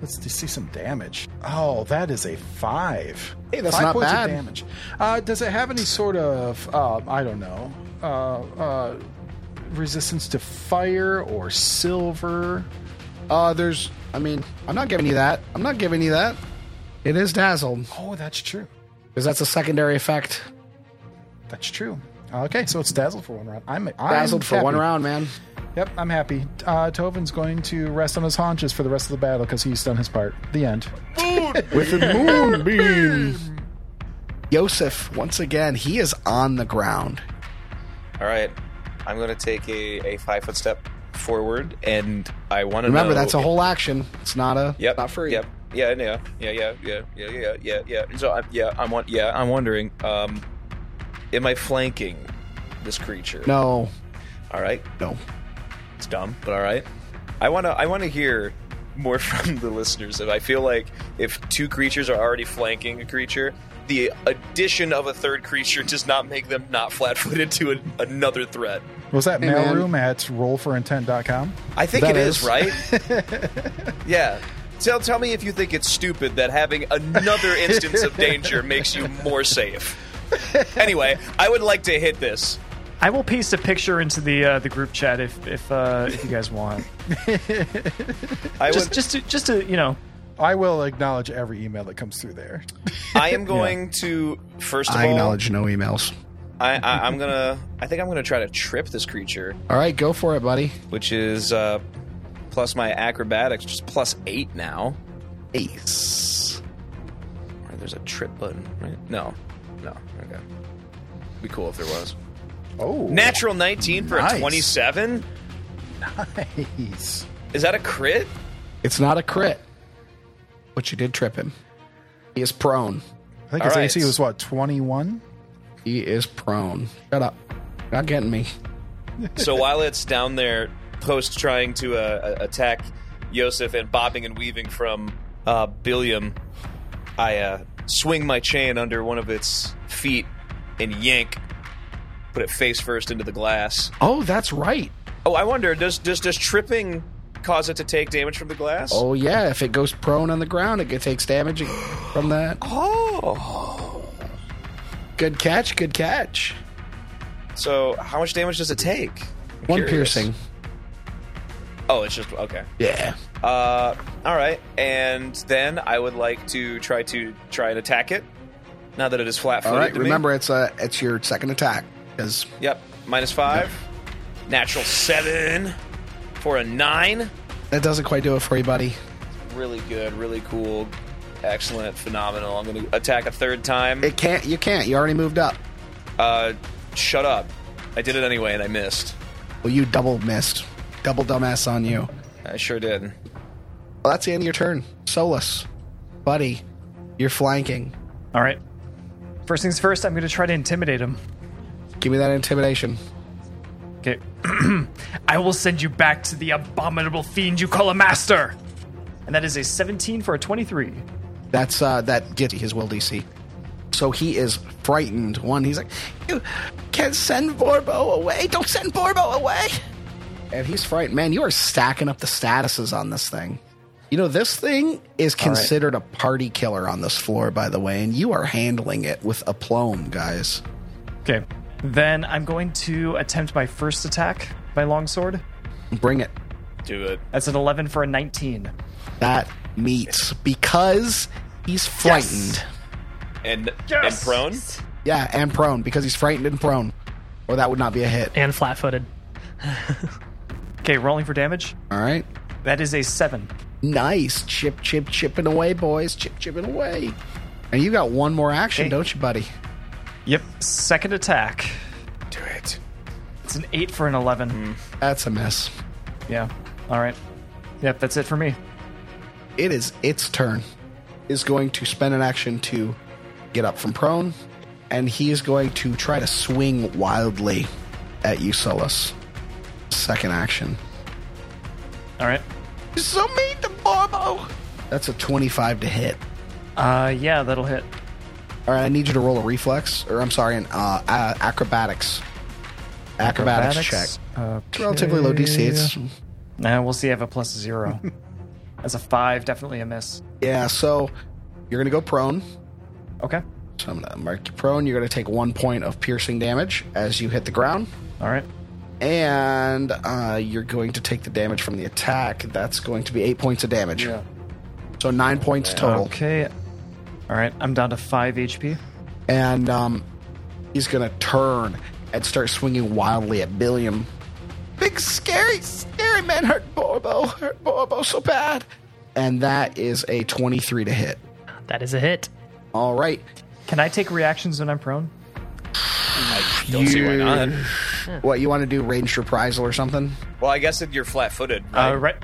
F: Let's d- see some damage. Oh, that is a five.
B: Hey, that's
F: five
B: not
F: points
B: bad.
F: Of damage. Uh, does it have any sort of uh, I don't know uh, uh, resistance to fire or silver?
B: Uh, there's, I mean, I'm not giving you that. I'm not giving you that. It is dazzled
F: Oh, that's true.
B: because that's a secondary effect.
F: That's true. Okay, so it's dazzled for one round. I'm I'm
B: Dazzled for one
F: happy.
B: round, man.
F: Yep, I'm happy. Uh, Tovin's going to rest on his haunches for the rest of the battle because he's done his part. The end.
B: With a moonbeam. Yosef, once again, he is on the ground.
E: All right, I'm going to take a, a five foot step forward, and I want to
B: Remember, that's a whole action. It's not a
E: Yep.
B: not free.
E: Yep. Yeah. Yeah. Yeah. Yeah. Yeah. Yeah. Yeah. Yeah. Yeah. So I'm, yeah, I'm won- yeah, I'm wondering, um, am I flanking this creature?
B: No,
E: All right.
B: no.
E: It's dumb, but all right. I wanna I wanna hear more from the listeners. If I feel like if two creatures are already flanking a creature, the addition of a third creature does not make them not flat footed to an, another threat.
F: Was that
B: Hey, man.
F: mailroom at rollforintent.com?
E: I think
B: That
E: it is,
B: is.
E: right? yeah. Tell tell me if you think it's stupid that having another instance of danger makes you more safe. Anyway, I would like to hit this.
C: I will paste a picture into the uh, the group chat if if uh, if you guys want.
E: I
C: just
E: would,
C: just to, just to you know.
F: I will acknowledge every email that comes through there.
E: I am going to first of
B: I
E: all,
B: acknowledge no emails.
E: I, I, I'm gonna. I think I'm gonna try to trip this creature,
B: All right, go for it, buddy.
E: which is uh, plus my acrobatics, just plus eight now.
B: Ace.
E: Or there's a trip button, right? No, no. Okay, be cool if there was.
F: Oh,
E: Natural 19 for a
F: Nice.
E: 27.
F: nice.
E: Is that a crit?
B: It's not a crit, but you did trip him. He is prone.
F: I think
E: All
F: his
E: right.
F: AC was what twenty one.
B: He is prone. Shut up. You're Not getting me.
E: so while it's down there, post trying to uh, uh, attack Yosef and bobbing and weaving from uh, Billiam, I uh, swing my chain under one of its feet and yank, put it face first into the glass.
B: Oh, that's right.
E: Oh, I wonder does does does tripping cause it to take damage from the glass?
B: Oh yeah, if it goes prone on the ground, it get- takes damage from that.
E: Oh.
B: Good catch. Good catch.
E: So how much damage does it take? I'm
B: One
E: curious.
B: piercing.
E: Oh, it's just okay.
B: Yeah.
E: Uh, all right, and then I would like to try to try and attack it. Now that it is flat-footed.
B: All right.
E: to me.
B: Remember, it's a it's your second attack because
E: Yep, minus five. Natural seven for a nine.
B: that doesn't quite do it for you, buddy.
E: Really good, really cool, excellent, phenomenal. I'm going to attack a third time.
B: It can't. You can't. You already moved up.
E: Uh, shut up. I did it anyway, and I missed.
B: Well, you double missed. Double dumbass on you.
E: I sure did.
B: Well, that's the end of your turn. Solus, buddy, you're flanking.
C: All right. First things first, I'm going to try to intimidate him.
B: Give me that intimidation.
C: Okay. I will send you back to the abominable fiend you call a master. And that is a 17 for a 23.
B: That's uh, that gets his will DC. So he is frightened. One, he's like, "You can't send Borbo away. Don't send Borbo away." And he's frightened. Man, you are stacking up the statuses on this thing. You know, this thing is considered a party killer on this floor, by the way, and you are handling it with aplomb, guys.
C: Okay. Then I'm going to attempt my first attack by longsword.
B: Bring it.
E: Do it.
C: That's an 11 for a 19.
B: That meets because he's frightened.
E: And
C: Yes!
E: and prone.
B: Yeah, and prone because he's frightened and prone, or that would not be a hit.
D: and flat footed.
C: Okay, rolling for damage.
B: All right.
C: That is a 7.
B: Nice. Chip, chip, chipping away, boys. Chip, chipping away. And you got one more action,
C: Hey.
B: don't you, buddy?
C: Yep. Second attack.
E: Do it.
C: It's an 8 for an 11.
B: Hmm. That's a mess.
C: Yeah. All right. Yep, that's it for me.
B: It is its turn. Is going to spend an action to get up from prone, and he is going to try to swing wildly at you, Solus. Second action.
C: All right.
B: You're so mean to Borbo. That's a 25 to hit.
C: Uh, yeah, that'll hit.
B: All right, I need you to roll a reflex, or I'm sorry, an uh, uh, acrobatics. Acrobatics, check.
C: Uh,
B: It's relatively low DC. It's
C: Now we'll see. I have a plus zero. As a five, definitely a miss.
B: Yeah, so you're going to go prone.
C: Okay.
B: So I'm going to mark you prone. You're going to take one point of piercing damage as you hit the ground.
C: All right.
B: And uh, you're going to take the damage from the attack. That's going to be eight points of damage. So nine points total.
C: Okay. All right. I'm down to five HP.
B: And um, he's going to turn and start swinging wildly at Billiam. Big, scary, scary man hurt Borbo. Hurt Borbo so bad. And that is a 23 to hit.
D: That is a hit.
B: All right.
C: Can I take reactions when I'm prone?
E: Don't see why not.
B: What, you want to do ranged reprisal or something?
E: Well, I guess if you're flat-footed, right?
C: Uh, re-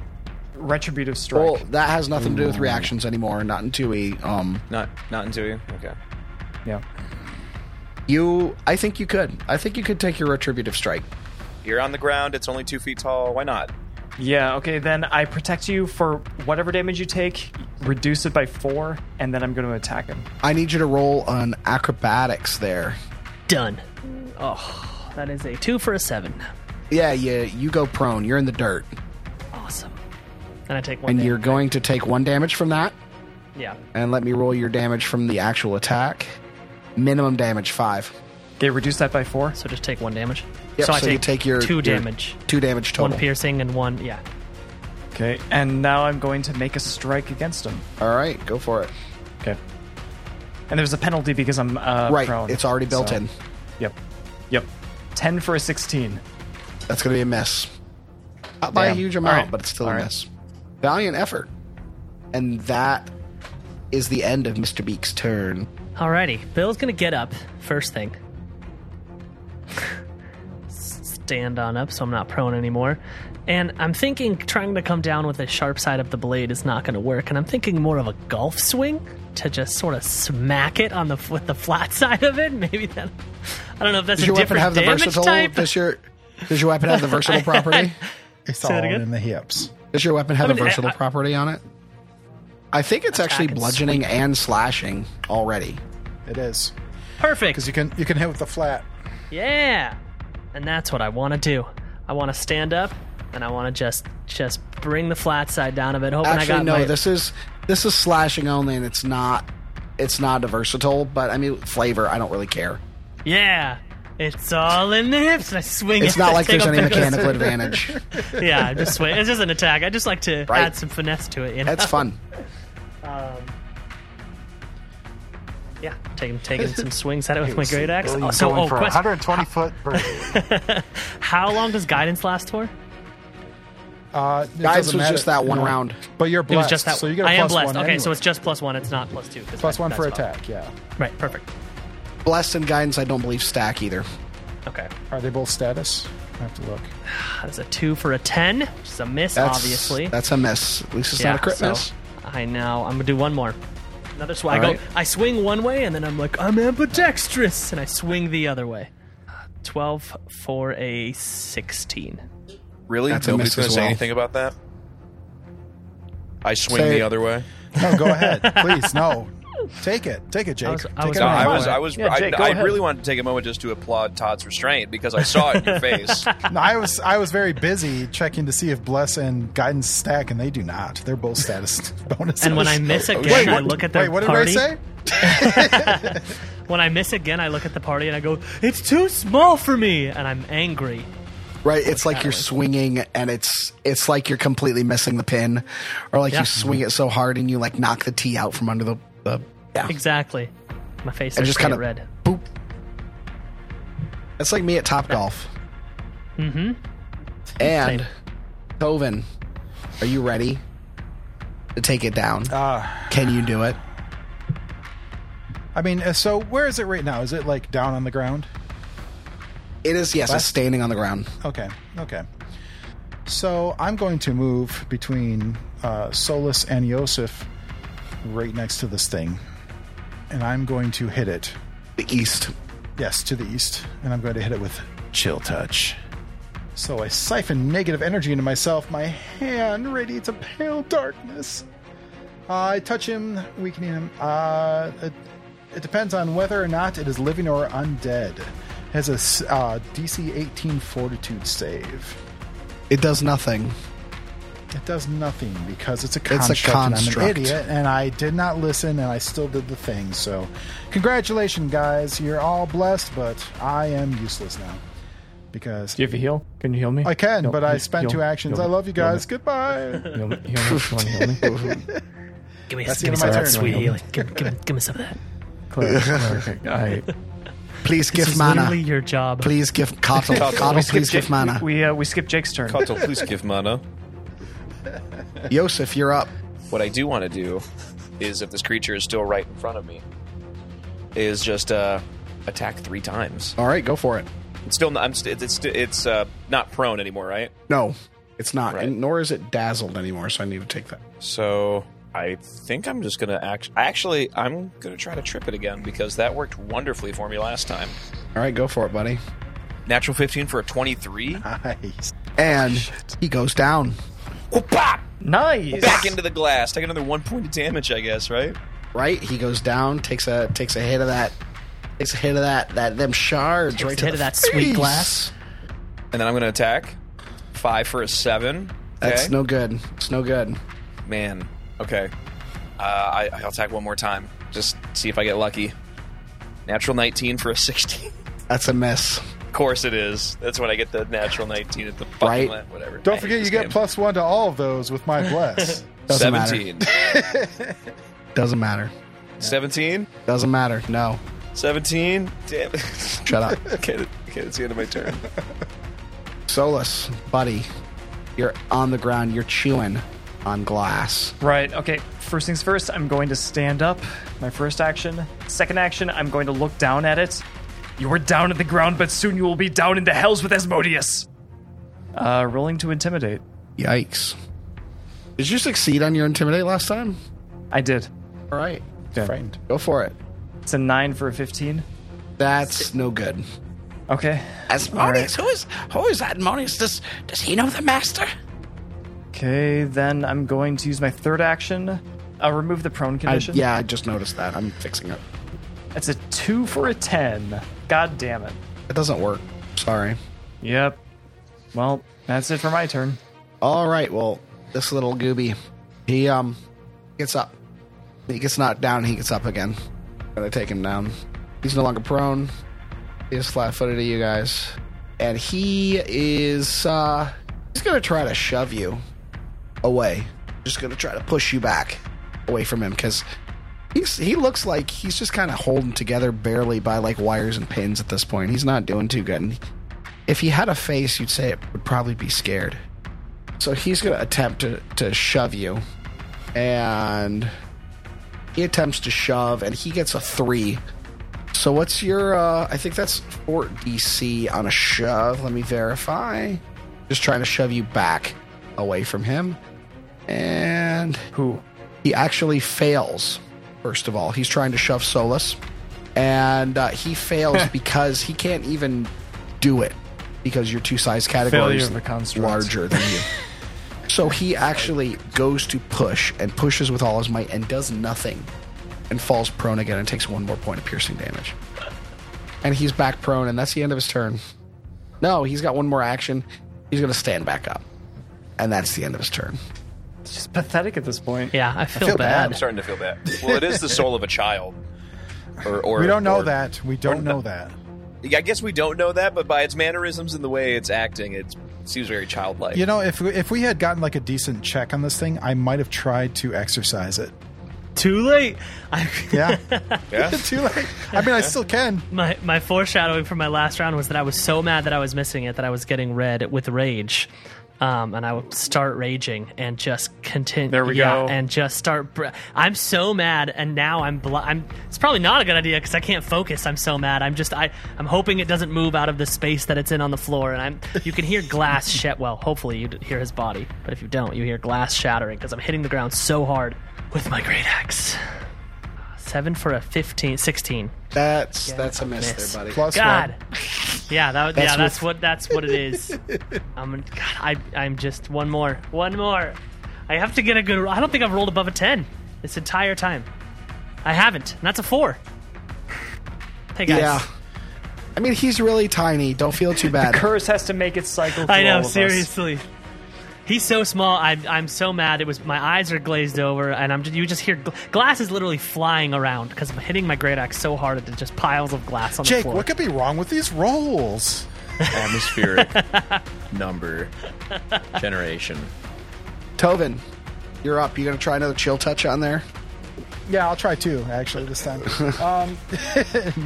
C: retributive strike.
B: Well, that has nothing to do with reactions anymore, not in 2e. Um,
E: not not into you. Okay.
C: yeah.
B: you, I think you could. I think you could take your retributive strike.
E: You're on the ground. It's only two feet tall. Why not?
C: Yeah. Okay. Then I protect you for whatever damage you take, reduce it by four, and then I'm going to attack him.
B: I need you to roll on acrobatics there.
D: Done. Oh, that is a two for a seven.
B: Yeah, yeah, you go prone. You're in the dirt,
D: Awesome. And I take one.
B: and
D: damage.
B: you're going to take one damage from that.
D: yeah.
B: And let me roll your damage from the actual attack. Minimum damage five.
C: Okay. Reduce that by four.
D: So just take one damage.
B: Yep,
D: so I
B: so
D: take,
B: you take your-
D: two
B: your-
D: damage,
B: Two damage total.
D: one piercing, and one yeah.
C: Okay. And now I'm going to make a strike against him.
B: All right, go for it.
C: Okay. And there's a penalty because I'm uh,
B: right,
C: prone.
B: it's already built
C: so-
B: in.
C: Yep. Yep. Ten for a sixteen.
B: That's going to be a miss. Not by a
C: Damn.
B: huge
C: All
B: amount,
C: right.
B: but it's still
C: All
B: a
C: right.
B: miss. Valiant effort. And that is the end of Mr. Beak's turn.
D: Alrighty, Bill's gonna get up first thing. Stand on up, so I'm not prone anymore. And I'm thinking trying to come down with a sharp side of the blade is not gonna work. And I'm thinking more of a golf swing to just sort of smack it on the with the flat side of it. Maybe that. I don't know if that's
B: Does
D: a
B: your weapon
D: different
B: have the
D: damage
B: versatile?
D: type.
B: Does your does your weapon have the versatile property?
F: It's
D: that
F: all
D: again?
F: in the hips.
B: Does your weapon have
D: mean,
B: a
D: I-
B: versatile
D: I-
B: property on it? I think it's actually
D: and
B: bludgeoning and slashing already.
F: It is
D: Perfect.
F: because you can you can hit with the flat.
D: Yeah. And that's what I want to do. I want to stand up and I want to just just bring the flat side down a bit. Hoping I
B: actually,
D: got
B: no.
D: my
B: This is this is slashing only, and it's not it's not a versatile. But I mean, flavor. I don't really care.
D: Yeah. It's all in the hips. And I swing
B: It's
D: it.
B: not
D: I
B: like
D: take
B: there's
D: off
B: any
D: the ghost.
B: mechanical advantage.
D: Yeah, I just swing. It's just an attack. I just like to
B: Right.
D: add some finesse to it. You know?
B: That's fun.
D: Yeah, taking taking some swings at it with my great axe.
I: Billy's
D: Oh, so,
I: going
D: oh,
I: for a 120
D: question.
I: foot burst.
D: How long does guidance last for?
F: Uh, it
B: Guys
F: doesn't
B: was
F: matter.
B: just that one
F: No.
B: round.
F: But you're
D: It
F: blessed.
D: was just that.
F: So you get a
D: I am
F: plus
D: blessed.
F: one
D: okay,
F: anyway.
D: so it's just plus one. It's not plus two. 'cause
F: plus
D: that-
F: one for
D: that's fine.
F: attack. Yeah.
D: Right. Perfect.
B: Blessed and guidance. I don't believe stack either.
D: Okay.
F: Are they both status? I have to look.
D: That is a two for a ten, which is a miss,
B: That's,
D: obviously.
B: that's a miss. At least it's not a crit
D: so
B: miss.
D: I know. I'm gonna do one more. Another swing. I
B: All
D: go.
B: right.
D: I swing one way, and then I'm like, I'm ambidextrous, and I swing the other way. Twelve for a sixteen.
E: Really?
B: That's a
E: Nobody's
B: miss
E: going
B: as
E: to say
B: well.
E: anything about that. I swing
B: Say-
E: the other way.
F: No, go ahead, please. No, take it, take it, Jake.
D: I was- I
F: take
D: was-
F: it
E: No,
D: Come
E: I
D: on.
E: was, I was,
C: Yeah, Jake, go
E: I, I
C: ahead.
E: really wanted to take a moment just to applaud Todd's restraint because I saw it in your face.
F: No, I was I was very busy checking to see if bless and guidance stack, and they do not. They're both status bonuses.
D: And when I miss
E: oh,
D: again,
E: shit.
D: I look at the
F: wait, what did
D: party.
F: Ray say?
D: When I miss again, I look at the party and I go, "It's too small for me," and I'm angry.
B: Right, it's like you're swinging and it's it's like you're completely missing the pin, or like
D: Yeah.
B: you swing it so hard and you like knock the tee out from under the, the yeah.
D: Exactly. My face
B: And
D: is
B: just
D: just
B: kind
D: kind
B: of
D: red.
B: boop. That's like me at Top Golf. Mm-hmm. And Tovin, are you ready to take it down? Can you do it?
F: Uh, I mean, uh, so where is it right now? Is it like down on the ground?
B: It is yes, it's
F: Last-
B: standing on the ground.
F: Okay, okay. So I'm going to move between uh, Solus and Yosef, right next to this thing, and I'm going to hit it.
B: The east.
F: Yes, to the east, and I'm going to hit it with chill touch. So I siphon negative energy into myself. My hand radiates a pale darkness. I touch him, weakening him. Uh, it, it depends on whether or not it is living or undead. Has a s- uh, DC 18 Fortitude save.
B: It does nothing.
F: It does nothing because it's a
B: a
F: construct. and I'm an
B: construct.
F: idiot, and I did not listen, and I still did the thing. So, congratulations, guys! You're all blessed, but I am useless now because
C: Do you have a heal? Can you heal me?
F: I can,
C: No,
F: but I
C: you-
F: spent
C: you'll-
F: two actions. I
C: you'll-
F: love you guys. Goodbye.
C: Heal me. Heal me. Come on, heal me.
D: Give me,
F: That's
D: give me some of
F: the end of my
D: that
F: turn.
D: sweet healing. Give, give, give me some of that.
C: Cleric, cleric, I,
B: Please
D: This
B: give
D: is
B: mana.
D: literally your job.
B: Please give Cottle. Cottle, please give mana.
C: We uh, we skipped Jake's turn.
E: Kotal, please give mana.
B: Yosef, you're up.
E: What I do want to do is, if this creature is still right in front of me, is just uh, attack three times.
B: All right, go for it.
E: It's still not, I'm st- it's st- it's uh, not prone anymore, right?
B: No, it's not.
E: Right.
B: And nor is it dazzled anymore, so I need to take that.
E: So I think I'm just gonna act. Actually, I'm gonna try to trip it again because that worked wonderfully for me last time.
B: All right, go for it, buddy.
E: Natural 15 for a 23.
F: Nice.
B: And he goes down.
E: Whoop-ah!
C: Nice.
E: Uh-huh. ah! Back into the glass. Take another one point of damage, I guess. Right?
B: Right, he goes down. Takes a takes a hit of that. Takes a hit of that that them shards right
D: a
B: to
D: hit
B: the
D: of that sweet
B: face.
D: glass.
E: And then I'm gonna attack. Five for a seven.
B: That's
E: Okay.
B: no good. It's no good.
E: Man, okay. Uh, I, I'll attack one more time. Just see if I get lucky. Natural 19 for a 16.
B: That's a miss.
E: of course it is. That's when I get the natural 19 at the fucking
B: Right.
E: la- whatever. I
F: Don't
E: hate
F: forget,
E: this
F: you get
E: game.
F: plus one to all of those with my bless.
B: Doesn't matter.
E: 17.
B: Doesn't matter.
E: 17?
B: Doesn't matter. No.
E: 17? Damn it.
B: Shut up.
E: okay, th- okay, that's the end of my turn.
B: Solus, buddy, you're on the ground. You're chewing on glass.
C: Right. Okay. First things first, I'm going to stand up. My first action. Second action, I'm going to look down at it. You are down at the ground, but soon you will be down in the hells with Asmodeus. Uh, rolling to intimidate.
B: Yikes. Did you succeed on your intimidate last time?
C: I did.
B: All right.
F: Frightened.
B: Go for it.
C: It's a nine for a fifteen.
B: That's no good.
C: Okay.
B: Asmodeus, who is who is Asmodeus? Does does he know the master?
C: Okay. Then I'm going to use my third action. I'll remove the prone
B: I,
C: condition.
B: yeah, I just noticed that. I'm fixing it.
C: That's a two for a ten. God damn it.
B: It doesn't work. Sorry.
C: Yep. Well, that's it for my turn.
B: All right. Well, this little gooby, he um gets up. He gets knocked down. He gets up again. Gonna take him down. He's no longer prone. He's flat-footed to you guys, and he is uh he's gonna try to shove you away. Just gonna try to push you back away from him because he's he looks like he's just kind of holding together barely by like wires and pins at this point. He's not doing too good. And if he had a face, you'd say it would probably be scared. So he's going to attempt to, to shove you. And he attempts to shove, and he gets a three. So what's your. Uh, I think that's 4DC on a shove. Let me verify. Just trying to shove you back away from him. And
C: Who?
B: he actually fails, first of all. He's trying to shove Solus. And uh, he fails because he can't even do it because you're two size categories
C: of the construct.
B: larger than you. So he actually goes to push and pushes with all his might and does nothing and falls prone again and takes one more point of piercing damage. And he's back prone, and that's the end of his turn. No, he's got one more action. He's going to stand back up. And that's the end of his turn.
C: It's just pathetic at this point.
D: Yeah, I feel,
B: feel
D: bad.
E: I'm starting to feel bad. Well, it is the soul of a child. Or, or
F: We don't know
E: or-
F: that. We don't
E: no-
F: know that.
E: I guess we don't know that, but by its mannerisms and the way it's acting, it seems very childlike.
F: You know, if if we had gotten like a decent check on this thing, I might have tried to exercise it.
D: Too late. I,
F: Yeah.
E: Yeah.
F: Too late. I mean, I still can.
D: my my foreshadowing from my last round was that I was so mad that I was missing it that I was getting red with rage. Um, and I would start raging and just continue.
C: There we go.
D: And just start. Br- I'm so mad, and now I'm. Bl- I'm. It's probably not a good idea because I can't focus. I'm so mad. I'm just. I. I'm hoping it doesn't move out of the space that it's in on the floor. And I'm. You can hear glass shat. Well, hopefully you d- hear his body, but if you don't, you hear glass shattering because I'm hitting the ground so hard with my great axe. Seven for a 15, 16.
B: That's that's a miss,
D: miss.
B: there, buddy.
F: Plus
D: God.
F: one.
D: Yeah, that, yeah,
B: That's
D: that's what that's what it is. I'm God, I I'm just one more, one more. I have to get a good. I don't think I've rolled above a ten this entire time. I haven't. And that's a four. Hey guys.
B: Yeah. I mean, he's really tiny. Don't feel too bad.
C: Curse has to make its cycle. Through
D: I
C: all
D: know.
C: of us.
D: Seriously. He's so small. I'm, I'm so mad. It was my eyes are glazed over, and I'm just, you just hear gl- glass is literally flying around because I'm hitting my great axe so hard that it's just piles of glass on the
F: Jake,
D: floor.
F: what could be wrong with these rolls?
E: Atmospheric number generation.
B: Tovin, you're up. You gonna try another chill touch on there?
F: Yeah, I'll try two actually this time. um,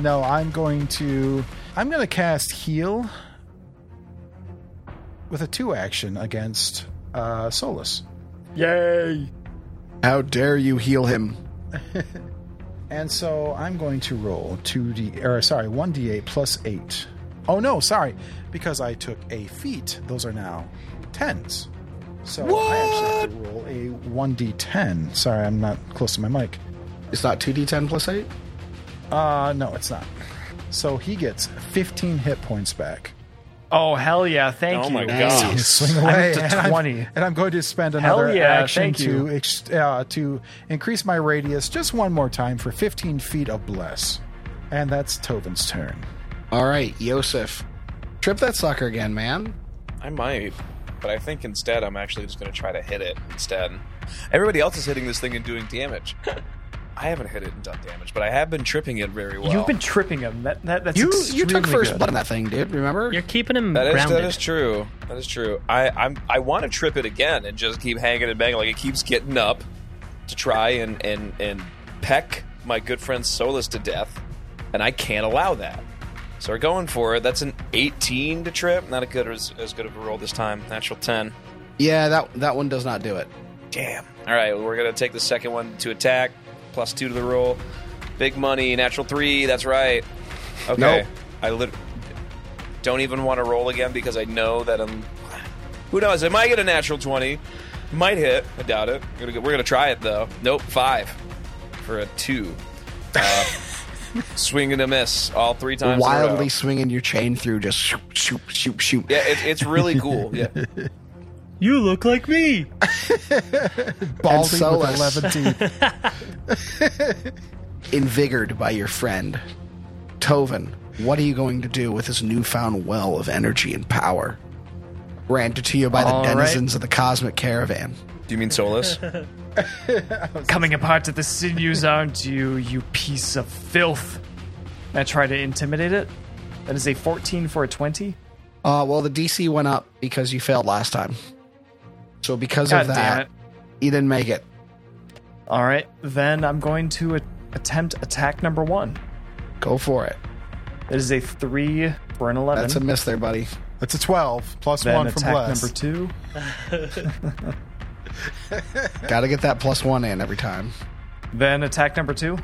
F: no, I'm going to I'm going to cast heal with a two action against uh, Solus,
B: Yay! How dare you heal him?
F: and so I'm going to roll two d or sorry one d eight plus eight. Oh no, sorry, because I took a feat. Those are now tens. So I actually have to roll a one d ten. Sorry, I'm not close to my mic.
B: It's not two d ten plus eight.
F: Uh, no, it's not. So he gets 15 hit points back.
C: Oh hell yeah! Thank
E: Oh
C: you.
E: my gosh.
F: Swing
C: away,
F: away.
C: to and I'm- 20.
F: and I'm going to spend
C: Hell
F: another
C: yeah,
F: action
C: thank you.
F: to ex- uh, to increase my radius just one more time for 15 feet of bless, and that's Tovin's turn.
B: All right, Yosef, trip that sucker again, man.
E: I might, but I think instead I'm actually just going to try to hit it instead. Everybody else is hitting this thing and doing damage. I haven't hit it and done damage, but I have been tripping it very well.
C: You've been tripping him. That, that that's
B: You you
C: extremely
B: took first
C: good.
B: blood on that thing, dude. Remember?
D: You're keeping him
E: That is,
D: Mm, grounded.
E: that is true. That is true. I I'm, I want to trip it again and just keep hanging and banging like it keeps getting up to try and and and peck my good friend Solus to death, and I can't allow that. So we're going for it. That's an 18 to trip. Not a good as, as good of a roll this time. Natural 10.
B: yeah, that that one does not do it.
E: Damn. All right, we're gonna take the second one to attack. Plus two to the roll. Big money. Natural three. That's right. Okay.
B: Nope.
E: I lit- don't even want to roll again because I know that I'm. Who knows? I might get a natural twenty. Might hit. I doubt it. We're gonna, we're gonna try it though. Nope. Five for a two. Uh, swing and a miss all three times. in a row.
B: Wildly swinging your chain through, just shoop shoop shoop shoop.
E: Yeah, it, it's really cool. Yeah.
D: You look like me.
B: and
F: Baldy with
B: Solus,
F: 11 teeth.
B: invigored by your friend Tovin. What are you going to do with this newfound well of energy and power? Granted to you by the
C: All right.
B: denizens of the cosmic caravan.
E: Do you mean Solus?
C: coming apart at the sinews, aren't you, you piece of filth? And I try to intimidate it. That is a 14 for a 20.
B: Uh, well, the DC went up because you failed last time. So because
C: God
B: of
C: damn
B: that,
C: it.
B: you didn't make it.
C: All right, then I'm going to a- attempt attack number one.
B: Go for it.
C: That is a 3 for an 11.
B: That's a miss there, buddy.
F: That's a 12 plus
C: then
F: one from
C: attack
F: bless.
C: number two.
B: Got to get that plus one in every time.
C: Then attack number two.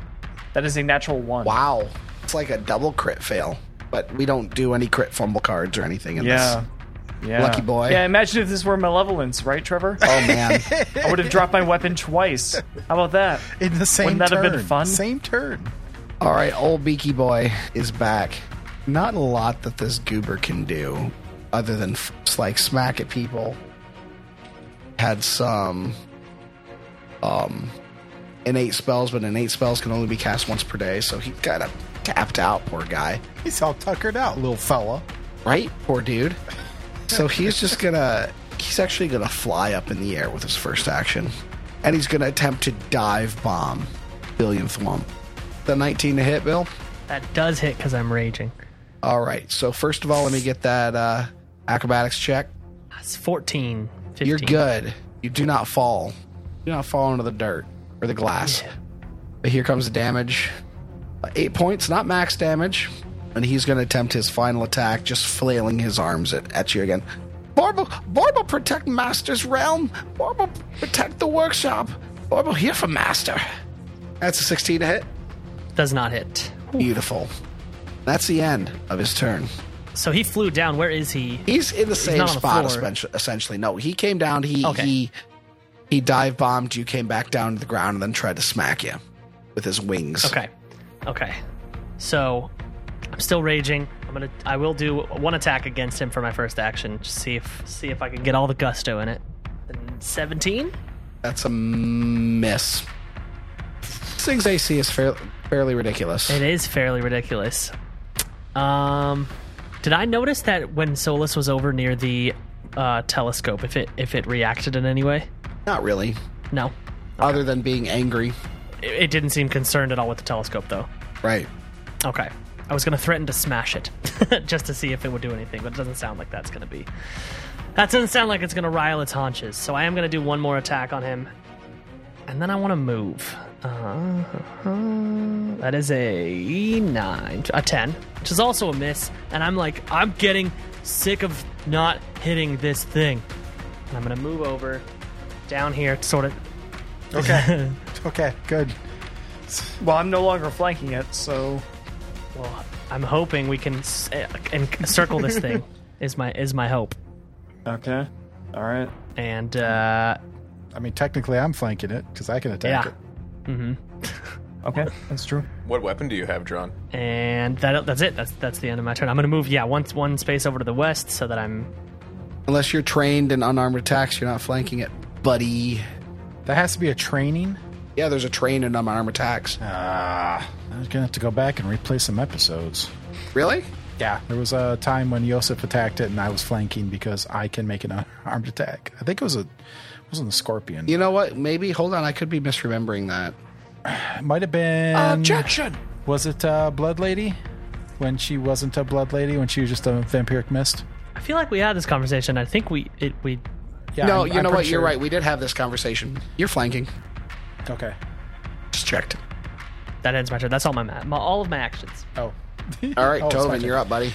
C: That is a natural one.
B: Wow, it's like a double crit fail. But we don't do any crit fumble cards or anything in
C: Yeah.
B: this.
C: Yeah.
B: Lucky boy.
C: Yeah, imagine if this were malevolence, right, Trevor?
B: Oh man,
C: I would have dropped my weapon twice. How about that?
F: In the same
C: Wouldn't that have
F: turn.
C: been fun?
F: Same turn.
B: All right, old Beaky Boy is back. Not a lot that this goober can do, other than f- like smack at people. Had some, um, innate spells, but innate spells can only be cast once per day, so he kind of tapped out. Poor guy,
F: He's all tuckered out, little fella.
B: right? Poor dude. So he's just gonna. He's actually gonna fly up in the air with his first action, and he's gonna attempt to dive bomb, billionth wump. The 19 to hit, Bill.
D: That does hit because I'm raging.
B: All right. So first of all, let me get that uh, acrobatics check.
D: That's 14. 15.
B: You're good. You do not fall. Do not fall into the dirt or the glass. But here comes the damage. Uh, Eight points, not max damage. And he's going to attempt his final attack, just flailing his arms at, at you again. Borbo, Borbo, protect Master's realm. Borbo, protect the workshop. Borbo, here for Master. That's a 16 to hit.
D: Does not hit.
B: Beautiful. That's the end of his turn.
D: So he flew down. Where is he?
B: He's in the same
D: not on the
B: spot,
D: floor.
B: espen- essentially. No, he came down. He
D: Okay.
B: he he dive bombed you, came back down to the ground, and then tried to smack you with his wings.
D: Okay. Okay. So I'm still raging. I'm gonna. I will do one attack against him for my first action. Just see if see if I can get all the gusto in it. Seventeen.
B: that's a miss. This thing's AC is fair- fairly ridiculous.
D: It is fairly ridiculous. Um, did I notice that when Solus was over near the uh, telescope if it if it reacted in any way?
B: Not really,
D: No, it,
B: other than being angry.
D: it didn't seem concerned at all with the telescope though.
B: Right.
D: Okay, I was gonna threaten to smash it just to see if it would do anything, but it doesn't sound like that's gonna be. That doesn't sound like it's gonna rile its haunches. So I am gonna do one more attack on him, and then I want to move. Uh, that is a nine, a ten, which is also a miss. And I'm like, I'm getting sick of not hitting this thing. And I'm gonna move over down here, to sort of
F: Okay. okay. Good.
C: Well, I'm no longer flanking it, so
D: Well, I'm hoping we can s- en- encircle this thing. is my is my hope.
C: okay, all right.
D: And uh,
F: I mean, technically, I'm flanking it because I can attack
D: Yeah.
F: it.
C: Okay, that's true.
E: What weapon do you have drawn?
D: and that that's it. That's that's the end of my turn. I'm gonna move. Yeah, one one space over to the west so that I'm.
B: Unless you're trained in unarmed attacks, you're not flanking it, buddy.
F: That has to be a training.
B: Yeah, there's a trained in unarmed attacks.
F: Ah, I was gonna have to go back and replay some episodes.
B: Really?
F: Yeah, there was a time when Yosef attacked it, and I was flanking because I can make an unarmed attack. I think it was a it wasn't a scorpion.
B: You know what? Maybe hold on, I could be misremembering that.
F: It might have been
B: Objection.
F: Was it uh, Blood Lady? When she wasn't a Blood Lady, when she was just a vampiric mist.
D: I feel like we had this conversation. I think we it we.
F: Yeah,
B: no,
F: I'm-
B: you
F: I'm
B: know
F: pretty
B: what? You're
F: sure-
B: right. We did have this conversation. You're flanking.
F: Okay.
B: Just checked.
D: That ends my turn. That's all my, ma- my all of my actions.
F: Oh.
B: All right,
F: Oh, it's my
B: Tovin,
F: turn.
B: you're up, buddy.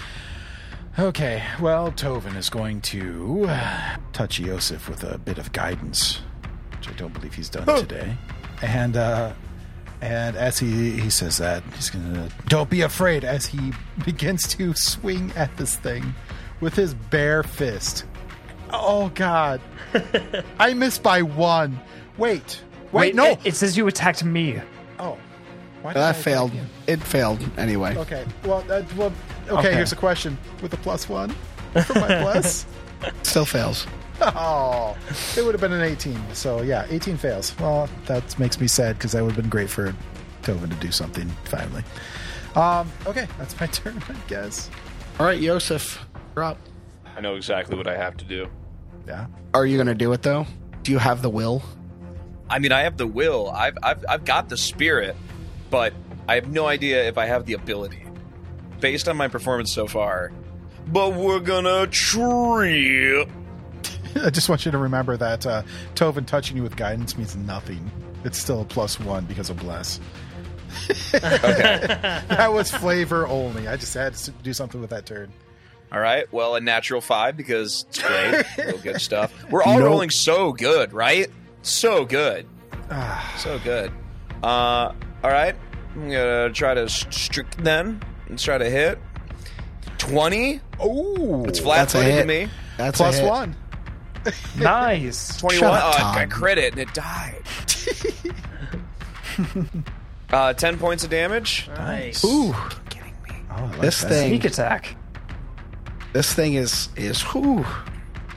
F: Okay, well, Tovin is going to uh, touch Yosef with a bit of guidance, which I don't believe he's done today. And uh, and as he he says that, he's gonna don't be afraid as he begins to swing at this thing with his bare fist. Oh God, I missed by one. Wait, wait, no.
C: it, it says you attacked me.
F: oh, why did
B: That
F: I attack
B: failed.
F: you?
B: It failed anyway.
F: Okay, well, uh, well okay,
B: Okay.
F: Here's a question with a plus one for my plus.
B: Still fails.
F: Oh, it would have been an 18. So yeah, 18 fails. Well, that makes me sad because that would have been great for Tovin to do something finally. Um, okay, that's my turn, I guess.
B: All right, Yosef, you're up.
E: I know exactly what I have to do.
F: Yeah.
B: Are you going to do it though? Do you have the will?
E: I mean, I have the will. I've I've I've got the spirit, but I have no idea if I have the ability. Based on my performance so far, but we're gonna trip.
F: I just want you to remember that uh, Tovin touching you with guidance means nothing. It's still a plus one because of bless. that was flavor only. I just had to do something with that turn.
E: All right. Well, a natural five because it's great. Real good stuff. We're all
F: Nope.
E: rolling so good, right? So good. so good. Uh, all right. I'm gonna try to strict then. Let's try to hit twenty.
F: Oh,
E: It's flat
B: a
E: footed to
B: hit.
E: me.
B: That's a
F: plus
B: hit.
F: one.
C: Nice.
E: Twenty-one.
B: Shut up,
E: oh, I
B: Tom.
E: crit it and it died. uh, ten points of damage.
D: Nice.
B: Ooh,
F: Oh, I like
B: this
F: that.
B: thing,
C: Sneak attack.
B: this thing is is whew.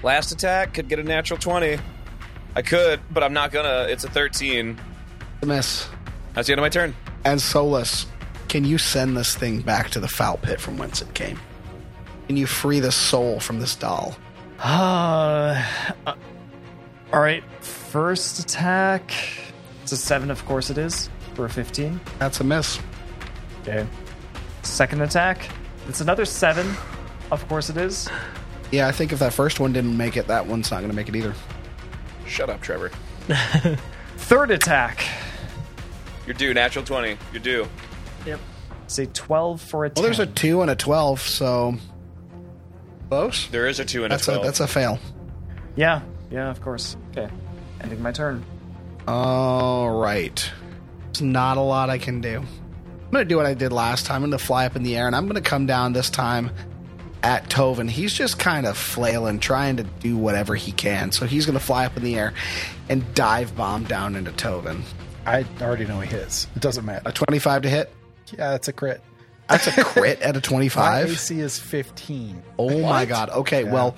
E: Last attack could get a natural twenty. I could, but I'm not gonna. It's a thirteen.
B: a miss.
E: That's the end of my turn.
B: And Solus, can you send this thing back to the foul pit from whence it came? Can you free the soul from this doll?
C: Uh, uh, all right. First attack. It's a seven, of course it is, for a fifteen.
B: That's a miss.
C: Okay. Second attack. It's another seven. Of course it is.
B: Yeah, I think if that first one didn't make it, that one's not going to make it either.
E: Shut up, Trevor.
C: Third attack.
E: You're due. Natural twenty. You're due.
C: It's a twelve for a.
B: Well, there's a
C: 10.
B: two and a twelve, so close.
E: There is a two and
B: That's
E: a
B: a
E: twelve.
B: that's a fail.
C: Yeah, yeah, of course. Okay, ending my turn.
B: All right. There's not a lot I can do. I'm going to do what I did last time. I'm going to fly up in the air and I'm going to come down this time at Tovin. He's just kind of flailing, trying to do whatever he can. So he's going to fly up in the air and dive bomb down into Tovin.
F: I already know he hits. It doesn't matter.
B: A 25 to hit.
F: Yeah, that's a crit.
B: That's a crit at a
F: My
B: 25.
F: AC is 15.
B: Oh my God. Okay, well,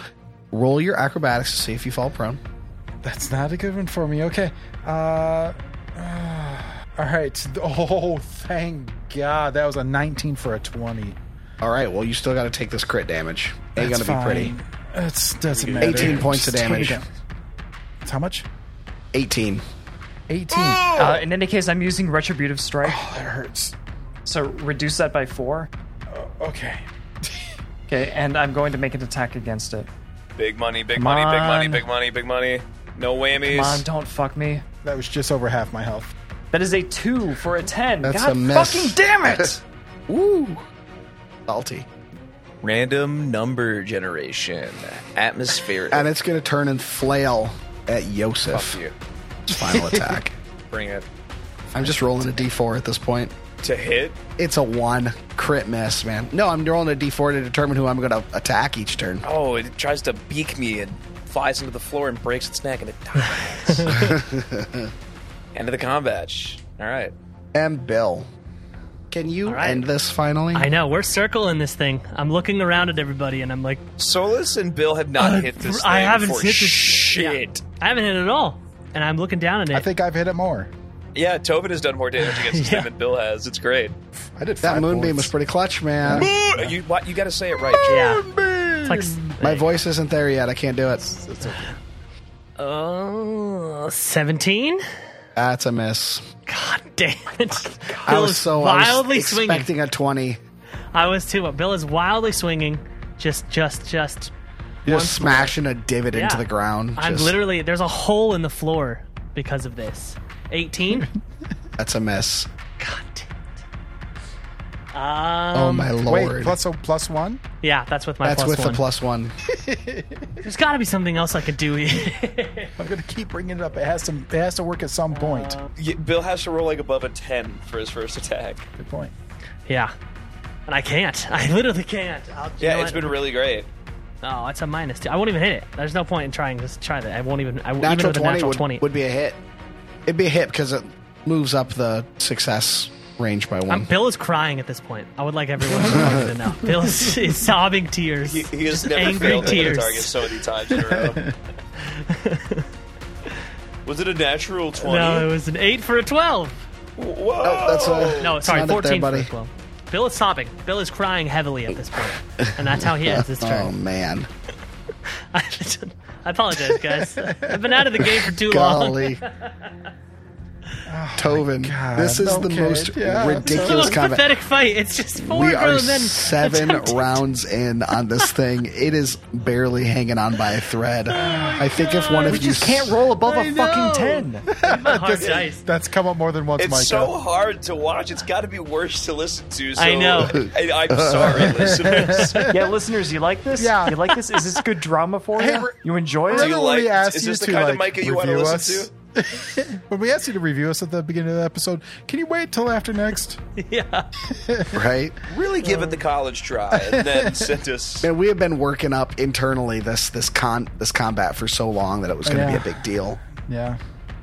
B: roll your acrobatics to see if you fall prone.
F: That's not a good one for me. Okay. Uh, uh, all right. Oh, thank God. That was a 19 for a 20.
B: All right, well, you still got to take this crit damage. Ain't
F: That's
B: going to be pretty.
F: fine. It's doesn't matter.
B: 18 points of
F: Just take
B: damage.
F: it down. It's how much?
B: 18.
F: 18.
C: Uh, in any case, I'm using Retributive Strike,
F: Oh, that hurts.
C: so reduce that by four.
F: Okay.
C: Okay, and I'm going to make an attack against it.
E: Big money, big
C: Come
E: money, big money,
C: on.
E: big money, big money. No whammies.
C: Mom, don't fuck me.
F: That was just over half my health.
C: That is a two for a ten.
B: That's
C: God
B: a miss.
C: fucking damn it!
B: Woo! Salty.
E: Random number generation. Atmospheric.
B: And it's going to turn and flail at
E: Fuck
B: Yosef.
E: you.
B: Final attack.
E: Bring it.
B: I'm just rolling a d4 at this point.
E: To hit?
B: It's a one crit miss, man. No, I'm rolling a d4 to determine who I'm going to attack each turn.
E: Oh, it tries to beak me and flies into the floor and breaks its neck and it dies. End of the combat. All right.
B: And Bill, can you
D: right.
B: end this finally?
D: I know we're circling this thing. I'm looking around at everybody, and I'm like,
E: Solus and Bill have not hit this.
D: Uh, I
E: thing
D: haven't
E: for
D: hit this-
E: shit.
D: I haven't hit it at all, and I'm looking down at it.
F: I think I've hit it more.
E: Yeah. Tobin has done more damage against this
D: Yeah.
E: thing than Bill has. It's great.
F: I did
B: that
F: five
B: moonbeam was
F: points.
B: pretty clutch, man.
E: You what, you got to say it right. Jay.
D: yeah, it's like s-
B: My voice isn't there yet. I can't do it.
D: uh, 17.
B: That's a miss.
D: God damn it! Bill
B: I was
D: is
B: so
D: wildly
B: I was
D: swinging.
B: expecting a twenty.
D: I was too. But Bill is wildly swinging. Just, just, just.
B: Just smashing a divot into
D: Yeah.
B: the ground.
D: I'm
B: Just-
D: literally there's a hole in the floor because of this. 18.
B: That's a miss.
D: God damn it. Um,
B: Oh my lord.
F: Wait, plus, a, plus one?
D: yeah, that's with my
B: That's
D: plus
B: with
D: one.
B: the plus one.
D: There's got to be something else I could do.
F: I'm going to keep bringing it up. It has to, it has to work at some point.
E: Y- Bill has to roll like above a ten for his first attack.
F: Good point.
D: yeah, and I can't. I literally can't. I'll,
E: Yeah,
D: it's
E: it's been really great.
D: Oh, it's a minus two. I won't even hit it. There's no point in trying. Just try that. I won't even. I won't even
B: Natural
D: with a
B: twenty,
D: natural
B: would,
D: 20.
B: would be a hit. It'd be a hit because it moves up the success range by
D: Um,
B: one.
D: Bill is crying at this point. I would like everyone to fucking to know. Bill is, is sobbing tears.
E: He, he has
D: Just
E: never
D: angry
E: failed to hit
D: tears.
E: a target so many times in a row. Was it a natural twenty?
D: No, it was an eight for a twelve.
E: Whoa!
B: Oh, that's a-
D: No,
B: It's
D: sorry,
B: not up there,
D: fourteen for
B: buddy.
D: a twelve. Bill is sobbing. Bill is crying heavily at this point, and that's how he ends his
B: oh
D: turn.
B: man.
D: I apologize, guys. I've been out of the game for too long.
B: Golly. Tovin,
F: God.
B: this is the
F: Okay,
B: most
F: yeah.
D: It's the
B: ridiculous
D: most
B: combat.
D: pathetic fight. It's just four
B: We are
D: grown men.
B: seven
D: attempting-
B: rounds in on this thing. It is barely hanging on by a thread. I think if one of
C: We
B: you
C: just
B: s-
C: can't roll above a
D: know.
C: fucking ten.
D: My heart dies.
F: That's come up more than once,
E: It's
F: Micah.
E: so hard to watch. It's got to be worse to listen to. So
D: I know.
E: I, I'm sorry, listeners.
C: yeah, listeners, you like this?
F: Yeah.
C: You like this? Is this good drama for
F: Hey,
C: you?
F: re-
C: You enjoy
F: Do
C: it?
F: you
E: Remember when
F: like-
E: we asked
F: is
E: you
F: this the
E: to,
F: kind of
E: like,
F: Micah you wanna
E: review
F: listen
E: us?
F: when we asked you to review us at the beginning of the episode, can you wait till after next?
D: Yeah.
B: right?
E: really give it the college try, and then send us.
B: And we have been working up internally this this con this combat for so long that it was going to
F: Yeah.
B: be a big deal.
F: Yeah.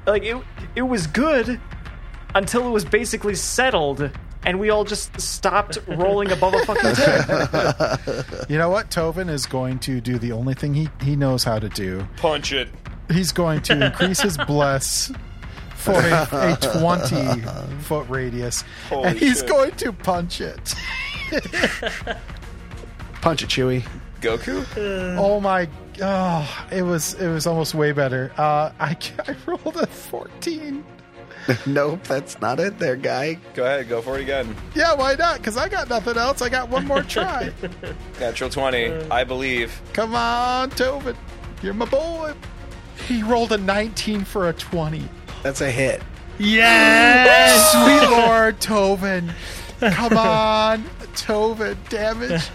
C: Like it, it was good until it was basically settled, and we all just stopped rolling above a fucking ten.
F: You know what? Tovin is going to do the only thing he, he knows how to do.
E: Punch it.
F: He's going to increase his bless for a, a 20 foot radius.
E: Holy
F: and he's
E: shit.
F: going to punch it.
B: Punch it, Chewy.
E: Goku.
F: Oh my oh, it was it was almost way better. Uh I, I rolled a 14.
B: Nope, that's not it, there, guy.
E: Go ahead. Go for it again.
F: Yeah, why not? Cuz I got nothing else. I got one more try.
E: Natural twenty. I believe.
F: Come on, Tovin. You're my boy. He rolled a 19 for a 20.
B: That's a hit.
D: Yes.
F: Sweet Lord Tovin. Come on, Tovin. Damage.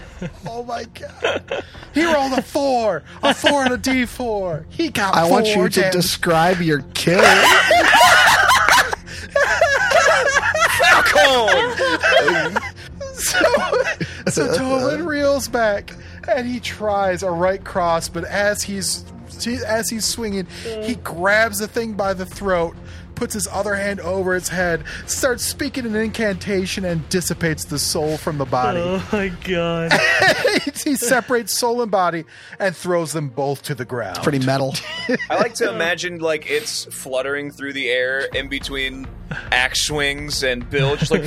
F: Oh my god. He rolled a four. A four and a D four. He got
B: I
F: four
B: want you to
F: damage.
B: describe your kill.
F: so, so Tovin reels back and he tries a right cross, but as he's he- as he's swinging, he grabs the thing by the throat, puts his other hand over its head, starts speaking an incantation, and dissipates the soul from the body.
D: Oh my god.
F: he separates soul and body and throws them both to the ground.
B: Pretty metal.
E: I like to imagine like it's fluttering through the air in between axe swings, and Bill just like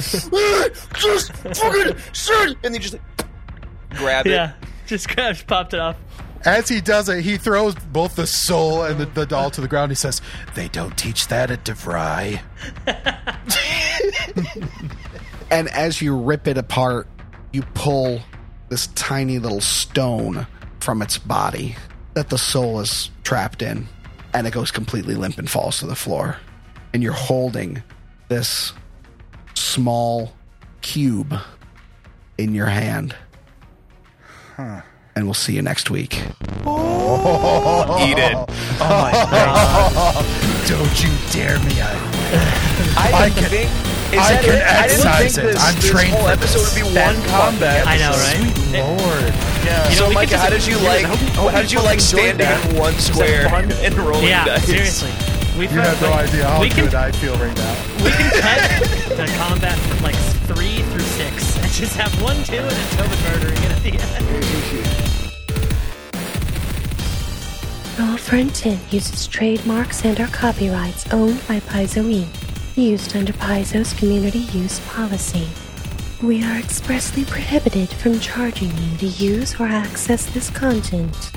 E: just fucking shit, and then just like, grab it.
D: Yeah. Just crashed, popped it off.
F: As he does it, he throws both the soul and the, the doll to the ground. He says, They don't teach that at DeVry.
B: And as you rip it apart, you pull this tiny little stone from its body that the soul is trapped in, and it goes completely limp and falls to the floor. And you're holding this small cube in your hand. And we'll see you next week.
E: Eat it.
F: Don't you dare me. I,
E: I,
F: can-
E: think. Is
F: I
E: that
F: can
E: it? I didn't think
F: excise it.
E: this,
F: I'm
E: this
F: trained
E: whole
F: for
E: episode
F: this.
E: would be one combat.
D: I know, right?
F: Sweet Lord.
D: You know,
E: So,
D: we could
E: Micah,
D: just-
E: how did you like?
D: I hope you- I hope
E: how
D: you
E: did you like
D: fucking enjoyed
E: standing
D: that.
E: in one square and rolling
D: Yeah,
E: dice?
D: seriously. We
F: You have no idea how
D: we can
F: good I feel right now.
D: we can cut the combat from like three through six and just have one, two, and then Tobin murdering it at the end.
A: Roll for Intent uses trademarks and or copyrights owned by Paizo Inc. Used under Paizo's community use policy. We are expressly prohibited from charging you to use or access this content.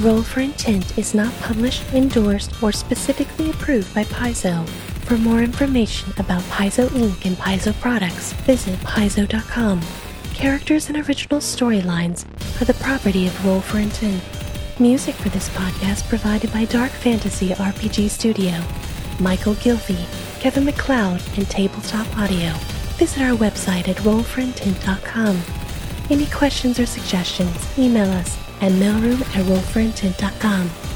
A: Roll for Intent is not published, endorsed, or specifically approved by Paizo. For more information about Paizo Inc. and Paizo products, visit paizo.com. Characters and original storylines are the property of Roll for Intent. Music for this podcast provided by Dark Fantasy RPG Studio, Michael Gilfie, Kevin McLeod, and Tabletop Audio. Visit our website at rollforintent.com. Any questions or suggestions, email us at mailroom at rollforintent.com.